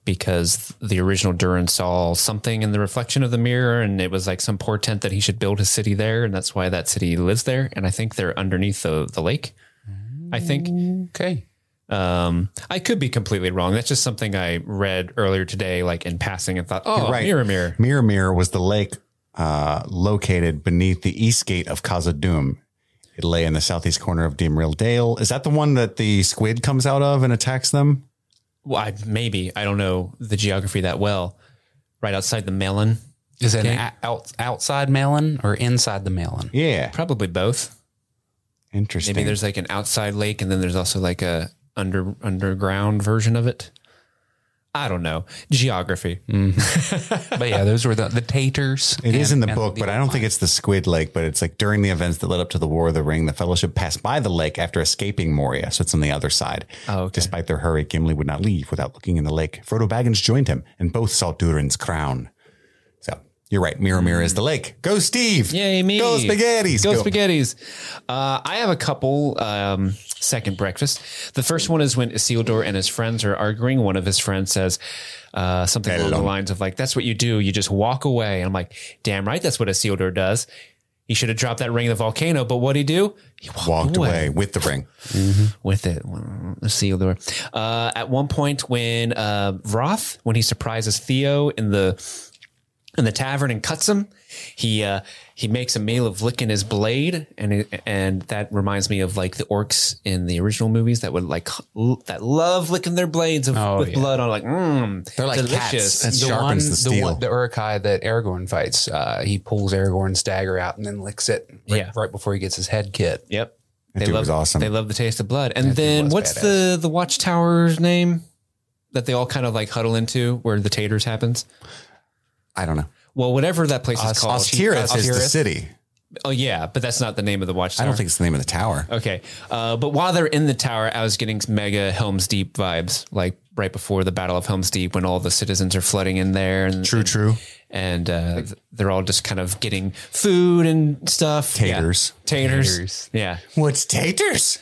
S1: because the original Durin saw something in the reflection of the mirror and it was like some portent that he should build his city there and that's why that city lives there and I think they're underneath the, the lake. I think
S4: Okay.
S1: um, I could be completely wrong. That's just something I read earlier today, like in passing, and thought, "Oh,
S3: right.
S1: mirror, mirror."
S3: Miromir was the lake uh, located beneath the east gate of Khazad-dûm. It lay in the southeast corner of Dimril Dale. Is that the one that the squid comes out of and attacks them?
S1: Well, I, maybe I don't know the geography that well. Right outside the melon,
S4: Is it an o- out, outside melon or inside the melon?
S3: Yeah.
S1: probably both.
S3: Interesting.
S1: Maybe there's like an outside lake, and then there's also like a under underground version of it. I don't know geography.
S3: Mm.
S4: But yeah, those were the, the taters.
S3: It is in the book, but I don't think it's the Squid Lake. But it's like during the events that led up to the War of the Ring, the Fellowship passed by the lake after escaping Moria, so it's on the other side.
S1: Oh, okay.
S3: Despite their hurry, Gimli would not leave without looking in the lake. Frodo Baggins joined him, and both saw Durin's crown. So you're right. Mirror, mirror is the lake. Go, Steve.
S1: Hmm. Yay, me.
S3: Go, spaghettis.
S1: Go, spaghettis. Uh, I have a couple um, second breakfast. The first one is when Isildur and his friends are arguing. One of his friends says uh, something along the lines of, like, that's what you do. You just walk away. And I'm like, damn right, that's what Isildur does. He should have dropped that ring in the volcano, but what'd he do? He walked,
S3: Walked
S1: away
S3: away with the ring.
S1: with it. Seal door. Uh, at one point, when uh, Roth, when he surprises Theo in the in the tavern and cuts him, he uh, he makes a meal of licking his blade, and it, and that reminds me of like the orcs in the original movies that would like l- that love licking their blades of, with blood on, like mm,
S4: They're like
S1: delicious.
S3: That
S4: the
S3: sharpens
S4: one,
S3: the
S4: the,
S3: steel.
S4: one, the Urukai that Aragorn fights. Uh, he pulls Aragorn's dagger out and then licks it right,
S1: Yeah.
S4: right before he gets his head kicked.
S1: Yep.
S3: That
S1: They
S3: dude
S1: love,
S3: was awesome.
S1: They love the taste of blood. And then
S4: was
S1: what's the the watchtower's name that they all kind of like huddle into where the taters happens?
S3: I don't know.
S1: Well, whatever that place is called.
S3: Ostirith is the
S1: Ostirith.
S3: city.
S1: Oh yeah, but that's not the name of the
S3: I
S1: watchtower.
S3: don't think it's the name of the tower.
S1: Okay, uh, but while they're in the tower, I was getting mega Helm's Deep vibes, like right before the Battle of Helm's Deep, when all the citizens are flooding in there. And,
S3: True, true.
S1: And uh, th- they're all just kind of getting food and stuff. Yeah.
S3: Taters.
S1: Taters.
S4: Taters.
S1: Yeah.
S3: What's taters?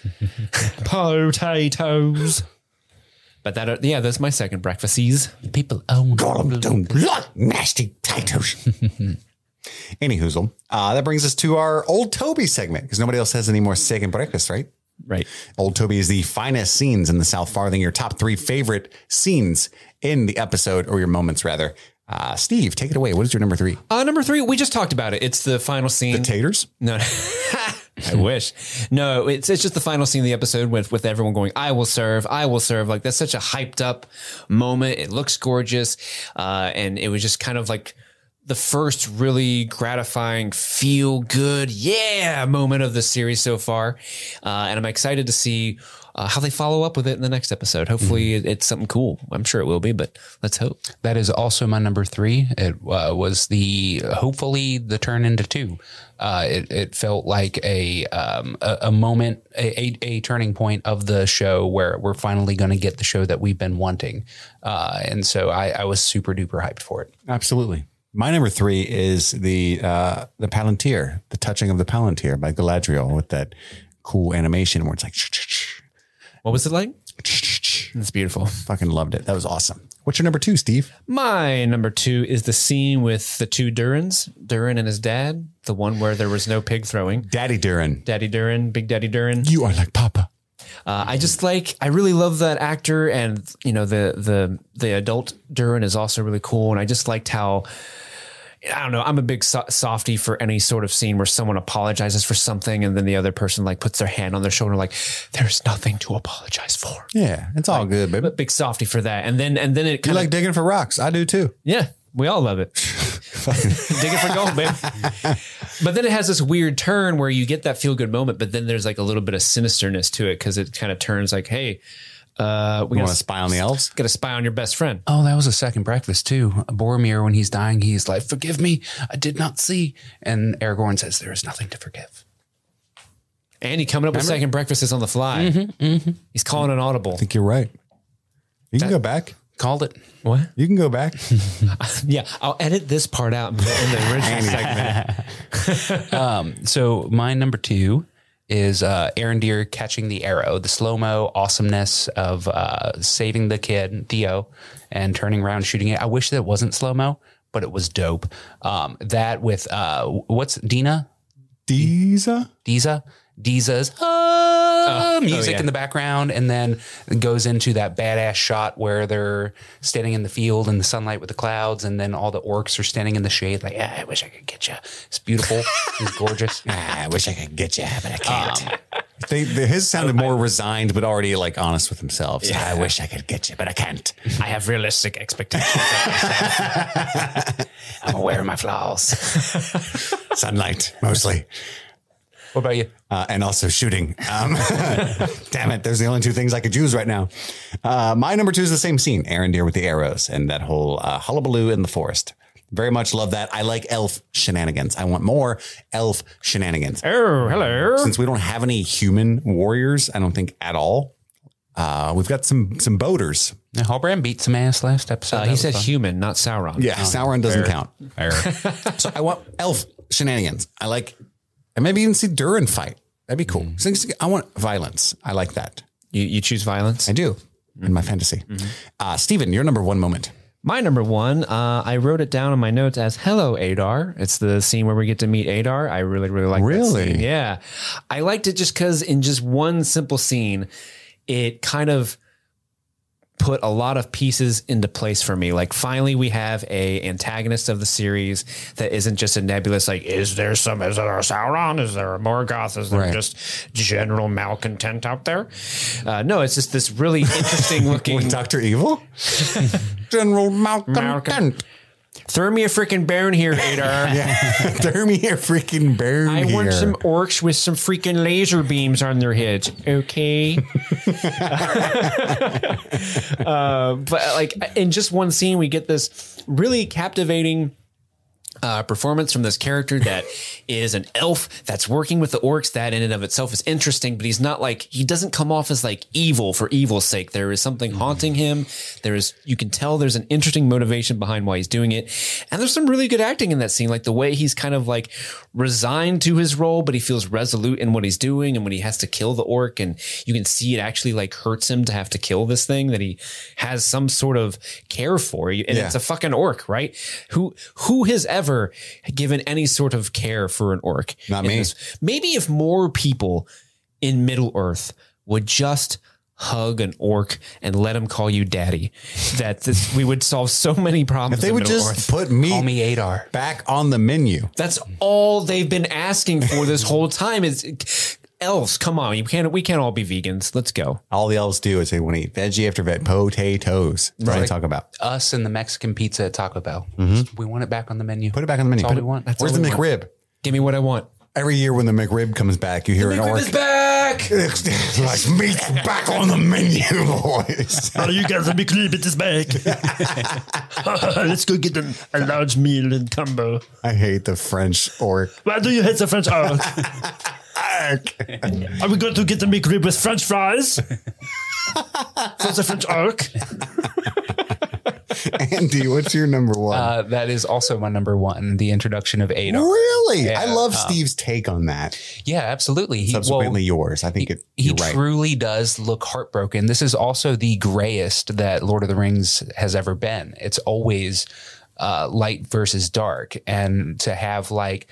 S7: Potatoes.
S1: But that, uh, yeah, that's my second breakfasties.
S4: People own
S3: Gollum don't like nasty potatoes. Any hoozle. Uh, that brings us to our Old Toby segment because nobody else has any more second breakfast, right?
S1: Right.
S3: Old Toby is the finest scenes in the South Farthing, your top three favorite scenes in the episode or your moments, rather. Uh, Steve, take it away. What is your number three?
S1: Uh, number three, we just talked about it. It's the final scene.
S3: taters?
S1: No, I wish. No, it's it's just the final scene of the episode with with everyone going, "I will serve, I will serve." Like that's such a hyped up moment. It looks gorgeous, uh, and it was just kind of like the first really gratifying, feel good, yeah, moment of the series so far. Uh, and I'm excited to see uh, how they follow up with it in the next episode. Hopefully, it- it's something cool. I'm sure it will be, but let's hope.
S4: That is also my number three. It uh, was the hopefully the turn into two. Uh, it, it felt like a um, a, a moment, a, a, a turning point of the show where we're finally going to get the show that we've been wanting. Uh, and so I, I was super duper hyped for it.
S3: Absolutely. My number three is the uh, the Palantir, the touching of the Palantir by Galadriel with that cool animation where it's like,
S1: What was it like? It's beautiful.
S3: fucking loved it. That was awesome. What's your number two, Steve?
S1: My number two is the scene with the two Durins, Durin and his dad, the one where there was no pig throwing.
S3: Daddy Durin.
S1: Daddy Durin, Big Daddy Durin.
S3: You are like Papa.
S1: Uh, I just like, I really love that actor, and you know the the the adult Durin is also really cool, and I just liked how. I don't know. I'm a big so- softy for any sort of scene where someone apologizes for something, and then the other person like puts their hand on their shoulder, like "There's nothing to apologize for."
S3: Yeah, it's all good, baby.
S1: But big softy for that, and then and then it
S3: You
S1: kind of
S3: like digging for rocks. I do too.
S1: Yeah, we all love it. Dig it for gold, babe. but then it has this weird turn where you get that feel good moment, but then there's like a little bit of sinisterness to it because it kind of turns like, hey, uh, we
S3: You
S1: got
S3: want to
S1: to
S3: spy on the elves?
S1: got to spy on your best friend.
S4: Oh, that was a second breakfast too. Boromir, when he's dying, he's like, "Forgive me, I did not see." And Aragorn says, "There is nothing to forgive."
S1: Andy coming up with second breakfast is on the fly.
S5: Mm-hmm,
S1: He's calling an audible.
S3: think you're right. You can go back.
S4: Called it.
S1: What?
S3: You can go back.
S1: Yeah, I'll edit this part out in the in the original segment.
S4: So my number two is uh, Aaron Deer catching the arrow, the slow mo awesomeness of uh, saving the kid Theo and turning around shooting it. I wish that wasn't slow mo, but it was dope. Um, that with uh, what's Dina
S3: Deezer?
S4: Diza Diza's
S3: Oh,
S4: ah, music
S1: yeah.
S4: in the background, and then goes into that badass shot where they're standing in the field in the sunlight with the clouds, and then all the orcs are standing in the shade. Like, ah, I wish I could get you. It's beautiful. It's gorgeous.
S3: Ah, I wish I could get you, but I can't. they, they- his sounded more resigned, but already like honest with himself. So, I wish I could get you, but I can't.
S1: I have realistic expectations.
S4: I'm aware of my flaws.
S3: Sunlight mostly,
S4: What about you?
S3: uh, and also shooting. Um, damn it, there's the only two things I could choose right now. Uh, my number two is the same scene: Aaron Deer with the arrows and that whole uh, hullabaloo in the forest. Very much love that. I like elf shenanigans. I want more elf shenanigans.
S1: oh, hello.
S3: since we don't have any human warriors, I don't think at all. Uh, we've got some some boaters.
S4: Now, Hallbrand beat some ass last episode.
S1: Uh,
S4: That
S1: he
S4: was
S1: said
S4: fun.
S1: human, not Sauron.
S3: Yeah, Sauron doesn't count. so I want elf shenanigans. I like, and maybe even see Durin fight. That'd be cool.
S1: Mm.
S3: Things- I want violence. I like that.
S1: You, you choose violence.
S3: I do in
S1: Mm-hmm.
S3: my fantasy. Uh, Steven, your number one moment.
S1: My number one, uh, I wrote it down in my notes as "Hello, Adar." It's the scene where we get to meet Adar. I really, really like.
S3: Really?
S1: that scene. yeah. I liked it just because in just one simple scene, it kind of put a lot of pieces into place for me. Like finally we have a antagonist of the series that isn't just a nebulous like is there some is there a Sauron is there a Morgoth is there just general malcontent out there? Uh, no, it's just this really interesting looking
S3: Doctor Evil, General Malcolm.
S1: Malcolm. Throw me a freaking bone here, Adar.
S3: Throw me a freaking bear
S1: I
S3: here.
S1: want some orcs with some freaking laser beams on their heads. Okay. uh, but like in just one scene, we get this really captivating uh, performance from this character that is an elf that's working with the orcs. That in and of itself is interesting, but he's not like he doesn't come off as like evil for evil's sake. There is something haunting him. There is you can tell there's an interesting motivation behind why he's doing it, and there's some really good acting in that scene. Like the way he's kind of like resigned to his role, but he feels resolute in what he's doing, and when he has to kill the orc, and you can see it actually like hurts him to have to kill this thing that he has some sort of care for, and
S3: Yeah.
S1: it's a fucking orc, right? Who who has ever given any sort of care for an orc?
S3: Not
S1: in
S3: me.
S1: Maybe if more people in Middle Earth would just hug an orc and let him call you daddy, that this, we would solve so many problems.
S3: If they
S1: in
S3: would
S1: Middle
S3: just
S1: Earth.
S3: put me,
S4: Call me Adar.
S3: back on the menu.
S1: That's all they've been asking for this whole time is elves. Come on, you can't. We can't all be vegans. Let's go.
S3: All the elves do is they want to eat veggie after veggie, potatoes. That's what I talk about.
S4: Us and the Mexican pizza at Taco Bell. We want it back on the menu.
S3: Mm-hmm. Put it back on the menu.
S4: That's all
S3: Put
S4: we
S3: it-
S4: want. That's
S3: Where's
S4: all
S3: the
S4: we want.
S3: McRib?
S1: Give me what I want.
S3: Every year when the McRib comes back, you hear an orc.
S1: back.
S3: It's like meat's back on the menu, boys.
S6: Oh, you guys, the McRib is back. Let's go get an, a large meal and combo.
S3: I hate the French orc.
S6: Why do you hate the French art? Are we going to get the McRib with French fries? For the French arc.
S3: Andy, what's your number one?
S4: Uh, that is also my number one. The introduction of Adar.
S3: really? I love Steve's take on that.
S4: Yeah, absolutely. He, um, well,
S3: Subsequently, yours. I think it,
S4: he
S3: you're right.
S4: truly does look heartbroken. This is also the grayest that Lord of the Rings has ever been. It's always uh, light versus dark, and to have like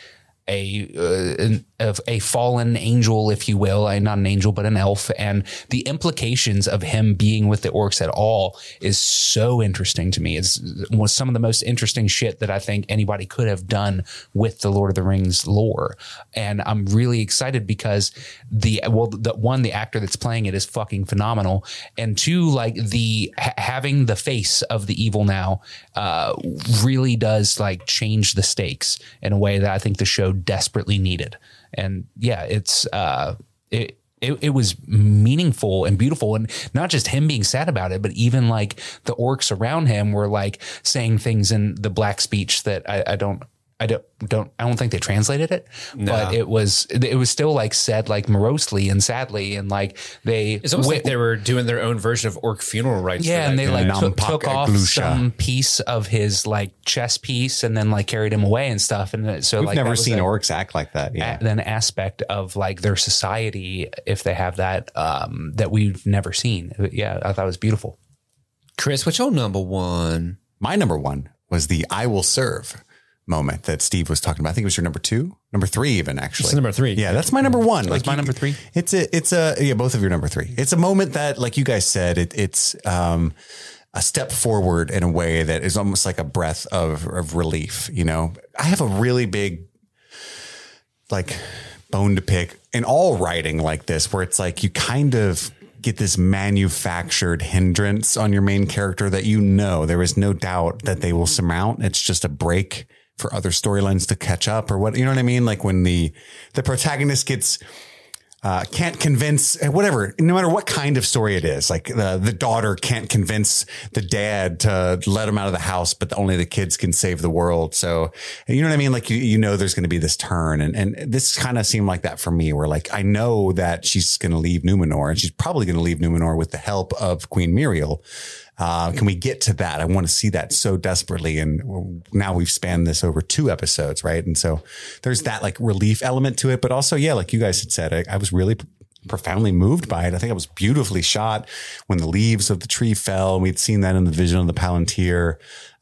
S4: a uh, an, of a fallen angel, if you will, and not an angel but an elf, and the implications of him being with the orcs at all is so interesting to me. It's was some of the most interesting shit that I think anybody could have done with the Lord of the Rings lore, and I'm really excited because the well, the one the actor that's playing it is fucking phenomenal, and two, like the ha- having the face of the evil now uh, really does like change the stakes in a way that I think the show desperately needed. And yeah, it's uh, it. It, it was meaningful and beautiful and not just him being sad about it but even like the orcs around him were like saying things in the black speech that i, I don't I don't, don't I don't think they translated it, but it was it was still like said like morosely and sadly and like they
S5: It's almost
S4: wi-
S5: like they were doing their own version of orc funeral rites. for
S4: yeah, and
S5: that
S4: they
S5: guy.
S4: like took,
S3: Nampak
S4: took off
S3: Eglusha.
S4: some piece of his like chess piece and then like carried him away and stuff and then- so
S3: We've
S4: like that
S3: never
S4: was
S3: seen
S4: a-
S3: orcs act like that. Yeah.
S4: a- an aspect of like their society if they have that um that we've never seen yeah i thought it was beautiful
S5: Chris, what's your number one?
S3: My number one was the I will serve moment that Steve was talking about. I think it was your number two, number three, even actually.
S5: It's number three.
S3: Yeah, that's my number one. Like
S4: my number three?
S3: It's a, it's a, yeah, both of your number three. It's a moment that, like you guys said, it, it's um, a step forward in a way that is almost like a breath of, of relief. You know, I have a really big, like, bone to pick in all writing like this, where it's like you kind of get this manufactured hindrance on your main character that you know there is no doubt that they will surmount. It's just a break for other storylines to catch up or what you know what I mean? Like when the the protagonist gets uh, can't convince uh, whatever, no matter what kind of story it is. Like uh, the the daughter can't convince the dad to let him out of the house, but only the kids can save the world. So you know what I mean? Like you, you know, there's going to be this turn, and and this kind of seemed like that for me. Where like I know that she's going to leave Numenor, and she's probably going to leave Numenor with the help of Queen Muriel. Uh, can we get to that? I want to see that so desperately. And now we've spanned this over two episodes, right? And so there's that like relief element to it, but also, yeah, like you guys had said, I, I was really profoundly moved by it. I think it was beautifully shot when the leaves of the tree fell. We'd seen that in the vision of the Palantir.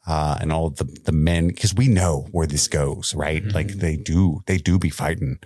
S3: Uh, and all the the men, because we know where this goes, right? Like they do, they do be fighting,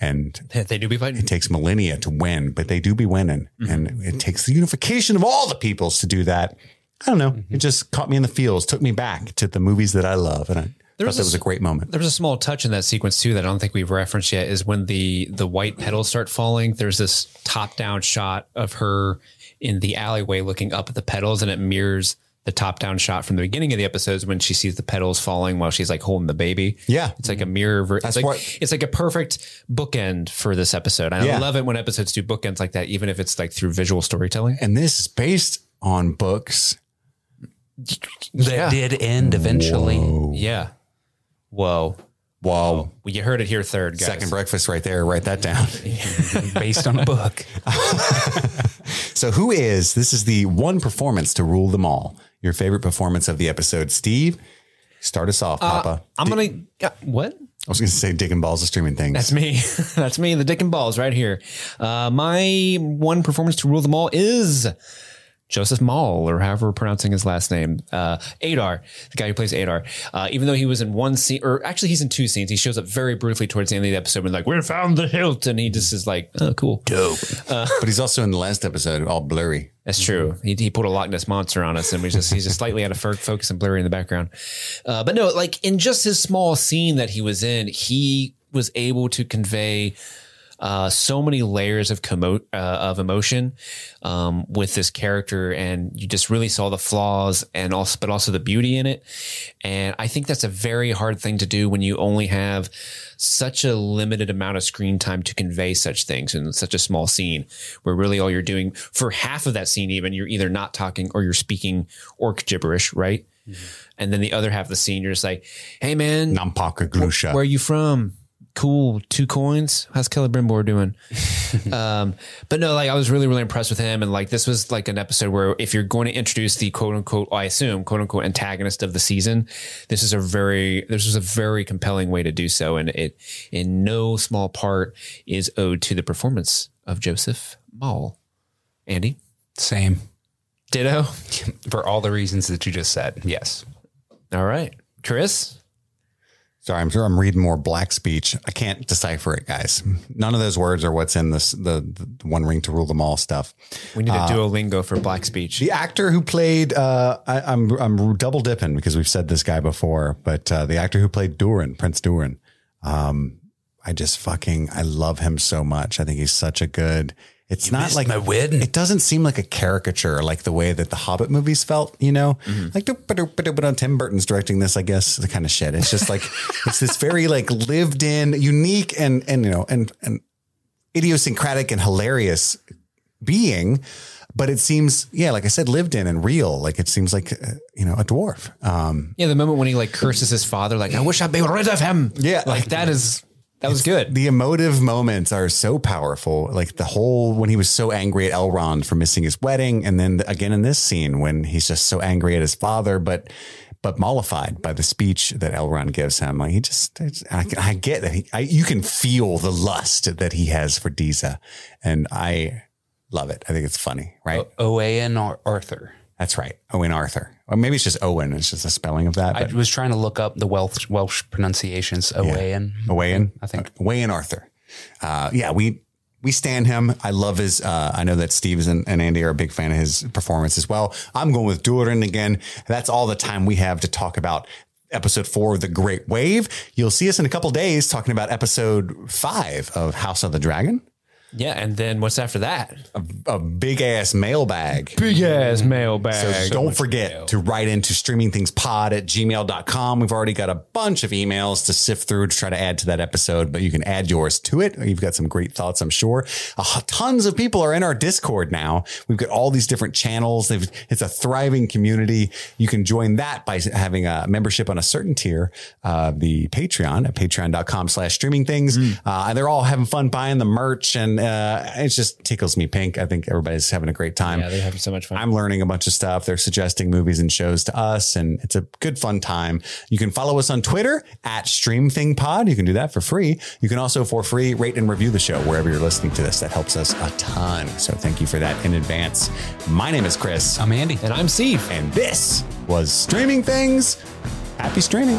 S3: and
S5: They do be fighting.
S3: it takes millennia to win, but they do be winning.
S5: Mm-hmm.
S3: And it takes the unification of all the peoples to do that. I don't know.
S5: Mm-hmm.
S3: It just caught me in the feels, took me back to the movies that I love. And I thought
S5: was
S3: that
S5: a
S3: was a great moment.
S5: There's a small touch in that sequence too that I don't think we've referenced yet is when the the white petals start falling. There's this top down shot of her in the alleyway looking up at the petals, and it mirrors the top down shot from the beginning of the episodes when she sees the petals falling while she's like holding the baby.
S3: Yeah.
S5: it's like a mirror. Ver-
S3: That's
S5: it's like
S3: what-
S5: it's like a perfect bookend for this episode. And
S3: Yeah.
S5: I love it when episodes do bookends like that, even if it's like through visual storytelling.
S3: And this is based on books.
S4: that did end eventually
S5: Yeah. Whoa.
S3: Wow.
S5: Well, you heard it here third, Oh, guys.
S3: Second breakfast right there. Write that down.
S4: based on a book
S3: so, who is this? Is the one performance to rule them all. Your favorite performance of the episode, Steve? Start us
S5: Uh,
S3: off, Papa.
S5: I'm gonna yeah, what?
S3: I was going to say, digging balls of streaming things.
S5: That's me. That's me. The dick and balls right here. Uh, my one performance to rule them all is Joseph Maul, or however we're pronouncing his last name, uh, Adar, the guy who plays Adar. Uh, even though he was in one scene, or actually he's in two scenes, he shows up very briefly towards the end of the episode. When like we found the hilt, and he just is like, oh, cool,
S3: but he's also in the last episode, all blurry.
S5: that's true. He, he pulled a Loch Ness monster on us, and we just he's just slightly out of fo- focus and blurry in the background. Uh, but no, like in just his small scene that he was in, he was able to convey uh, so many layers of commo- uh, of emotion um, with this character, and you just really saw the flaws and also, but also the beauty in it. And I think that's a very hard thing to do when you only have such a limited amount of screen time to convey such things in such a small scene, where really all you're doing for half of that scene, even you're either not talking or you're speaking orc gibberish, right? And then the other half of the scene, you're just like, "Hey, man,
S3: Nampaka Glusha.
S5: where are you from? Cool. Two coins. How's Kelly Brimbor doing? um, but no, like I was really, really impressed with him. And like this was like an episode where if you're going to introduce the quote unquote, I assume, quote unquote antagonist of the season, this is a very this was a very compelling way to do so. And it in no small part is owed to the performance of Joseph Maul. Andy?
S4: same
S5: Ditto.
S4: for all the reasons that you just said yes
S5: All right. Chris?
S3: Sorry, I'm sure I'm reading more black speech. I can't decipher it, guys. None of those words are what's in this the, the one ring to rule them all stuff.
S5: We need a Duolingo for black speech.
S3: The actor who played uh, I, I'm I'm double dipping because we've said this guy before, but uh, the actor who played Durin, Prince Durin, um, I just fucking I love him so much. I think he's such a good. It's not like
S4: my wedding.
S3: It doesn't seem like a caricature, like the way that the Hobbit movies felt. You know, like doop, ba, doop, ba, doop, ba, doop. Tim Burton's directing this, I guess the kind of shit. It's just like it's this very like lived in, unique, and and you know, and and idiosyncratic and hilarious being, but it seems, yeah, like I said, lived in and real. Like it seems like, uh, you know, a dwarf. Um,
S1: Yeah, the moment when he like curses his father, like I wish I'd be rid of him.
S3: Yeah.
S1: like that is that was good.
S3: the emotive moments are so powerful. Like the whole, when he was so angry at Elrond for missing his wedding. And then again in this scene when he's just so angry at his father, but, but mollified by the speech that Elrond gives him. Like he just, it's- I, I get that. He, I, you can feel the lust that he has for Diza. And I love it. I think it's funny, right?
S4: Owen or Arthur.
S3: That's right. Owen Arthur. Or maybe it's just Owen. It's just a spelling of that. But
S4: I was trying to look up the Welsh Welsh pronunciations. Owen.
S3: Owen,
S4: I think.
S3: Owen Arthur. Uh, yeah, we we stand him. I love his. Uh, I know that Steve and, and Andy are a big fan of his performance as well. I'm going with Durin again. That's all the time we have to talk about episode four of the Great Wave. You'll see us in a couple days talking about episode five of House of the Dragon.
S1: Yeah, and then what's after that?
S3: A big ass mailbag.
S1: Big ass mailbag.
S3: So don't forget to write into streamingthingspod at gmail.com. We've already got a bunch of emails to sift through to try to add to that episode, but you can add yours to it. You've got some great thoughts, I'm sure. Uh, tons of people are in our Discord now. We've got all these different channels. They've, it's a thriving community. You can join that by having a membership on a certain tier, uh, the Patreon at patreon.com slash streaming things. Uh, and they're all having fun buying the merch and, uh, it just tickles me pink. I think everybody's having a great time.
S1: Yeah, they're having so much fun.
S3: I'm learning a bunch of stuff. They're suggesting movies and shows to us, and it's a good fun time. You can follow us on Twitter at StreamThingPod. You can do that for free. You can also, for free, rate and review the show wherever you're listening to this. That helps us a ton. So thank you for that in advance. My name is Chris,
S4: I'm Andy.
S1: and I'm Steve.
S3: and this was Streaming Things. Happy streaming.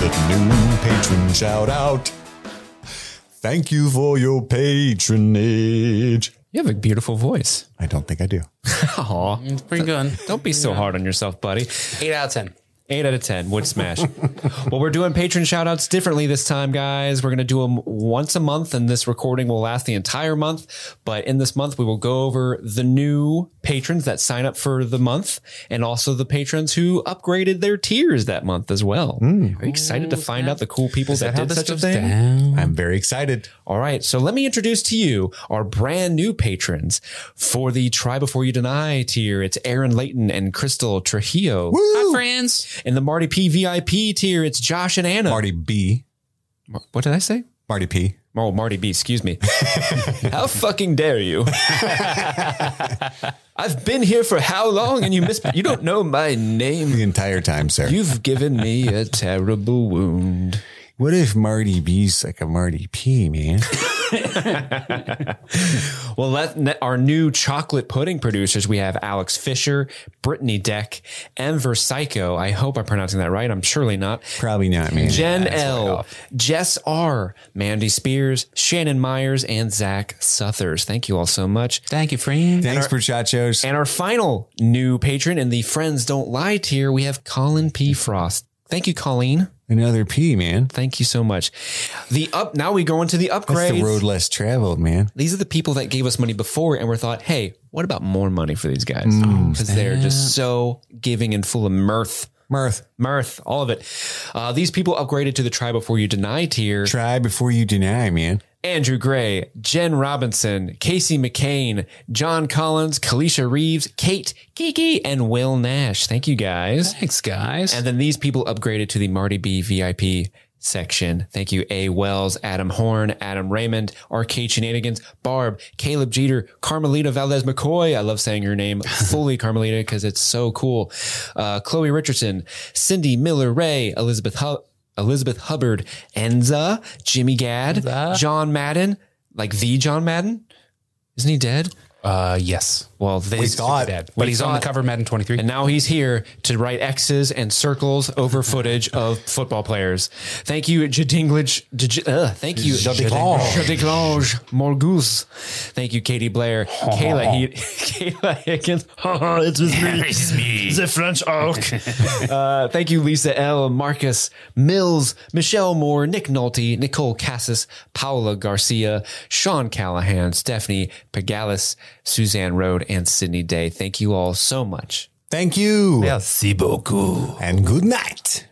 S3: The new patron shout out. Thank you for your patronage.
S1: You have a beautiful voice.
S3: I don't think I do.
S1: Aw.
S4: It's pretty good.
S1: Don't be so hard on yourself, buddy.
S4: Eight out of ten.
S1: Eight out of 10 would smash. well, we're doing patron shout outs differently this time, guys. We're going to do them once a month, and this recording will last the entire month. But in this month, we will go over the new patrons that sign up for the month and also the patrons who upgraded their tiers that month as well. Are you excited to find out the cool people that, did such a thing?
S4: Mm.
S3: I'm very excited.
S1: All right. So let me introduce to you our brand new patrons for the Try Before You Deny tier. It's Aaron Layton and Crystal Trujillo.
S4: Hi, friends.
S1: In the Marty P VIP tier, it's Josh and Anna.
S3: Marty B.
S1: What did I say?
S3: Marty P.
S1: Oh, Marty B, excuse me. how fucking dare you? I've been here for how long and you miss you don't know my name.
S3: The entire time, sir.
S1: You've given me a terrible wound.
S3: What if Marty B's like a Marty P, man?
S1: Well, let, our new chocolate pudding producers, we have Alex Fisher, Brittany Deck, Enver Psycho. I hope I'm pronouncing that right. I'm surely not.
S3: Probably not, man.
S1: Jen L, Jess R, Mandy Spears, Shannon Myers, and Zach Suthers. Thank you all so much.
S4: Thank you, friends.
S3: Thanks, Bruchachos.
S1: And our final new patron in the Friends Don't Lie tier, we have Colin P. Frost. Thank you, Colleen.
S3: Another P, man.
S1: Thank you so much. The up now we go into the
S3: That's
S1: upgrades.
S3: the road less traveled, man.
S1: These are the people that gave us money before, and we thought, hey, what about more money for these guys? Because they're just so giving and full of mirth,
S3: Mirth,
S1: mirth, all of it. Uh, these people upgraded to the try before you deny tier.
S3: try before you deny, man.
S1: Andrew Gray, Jen Robinson, Casey McCain, John Collins, Kalisha Reeves, Kate, Kiki, and Will Nash. Thank you guys.
S4: Thanks, guys.
S1: And then these people upgraded to the Marty B VIP section. Thank you, A. Wells, Adam Horn, Adam Raymond, Arcade Shenanigans, Barb, Caleb Jeter, Carmelita Valdez McCoy. I love saying your name fully, Carmelita, because it's so cool. Uh, Chloe Richardson, Cindy Miller Ray, Elizabeth Hu- Elizabeth Hubbard, Enza, Jimmy Gadd, John Madden, like the John Madden. Isn't he dead?
S4: uh, yes.
S1: Well, they
S3: We thought,
S4: But he's on the
S1: thought-
S4: cover of Madden 23.
S1: and now he's here to write X's and circles over footage of football players. Thank you, Jadinglage. J- uh, thank you,
S3: Jadinglage.
S1: Jadinglage Morgus. Thank you, Katie Blair, Kayla, he- Kayla Higgins.
S6: Haha, it was me. The French orc.
S1: Uh, thank you, Lisa L, Marcus Mills, Michelle Moore, Nick Nolte, Nicole Cassis, Paola Garcia, Sean Callahan, Stephanie Pagalis, Suzanne Road, and Sydney Day. Thank you all so much.
S3: Thank you.
S8: Merci beaucoup.
S3: And good night.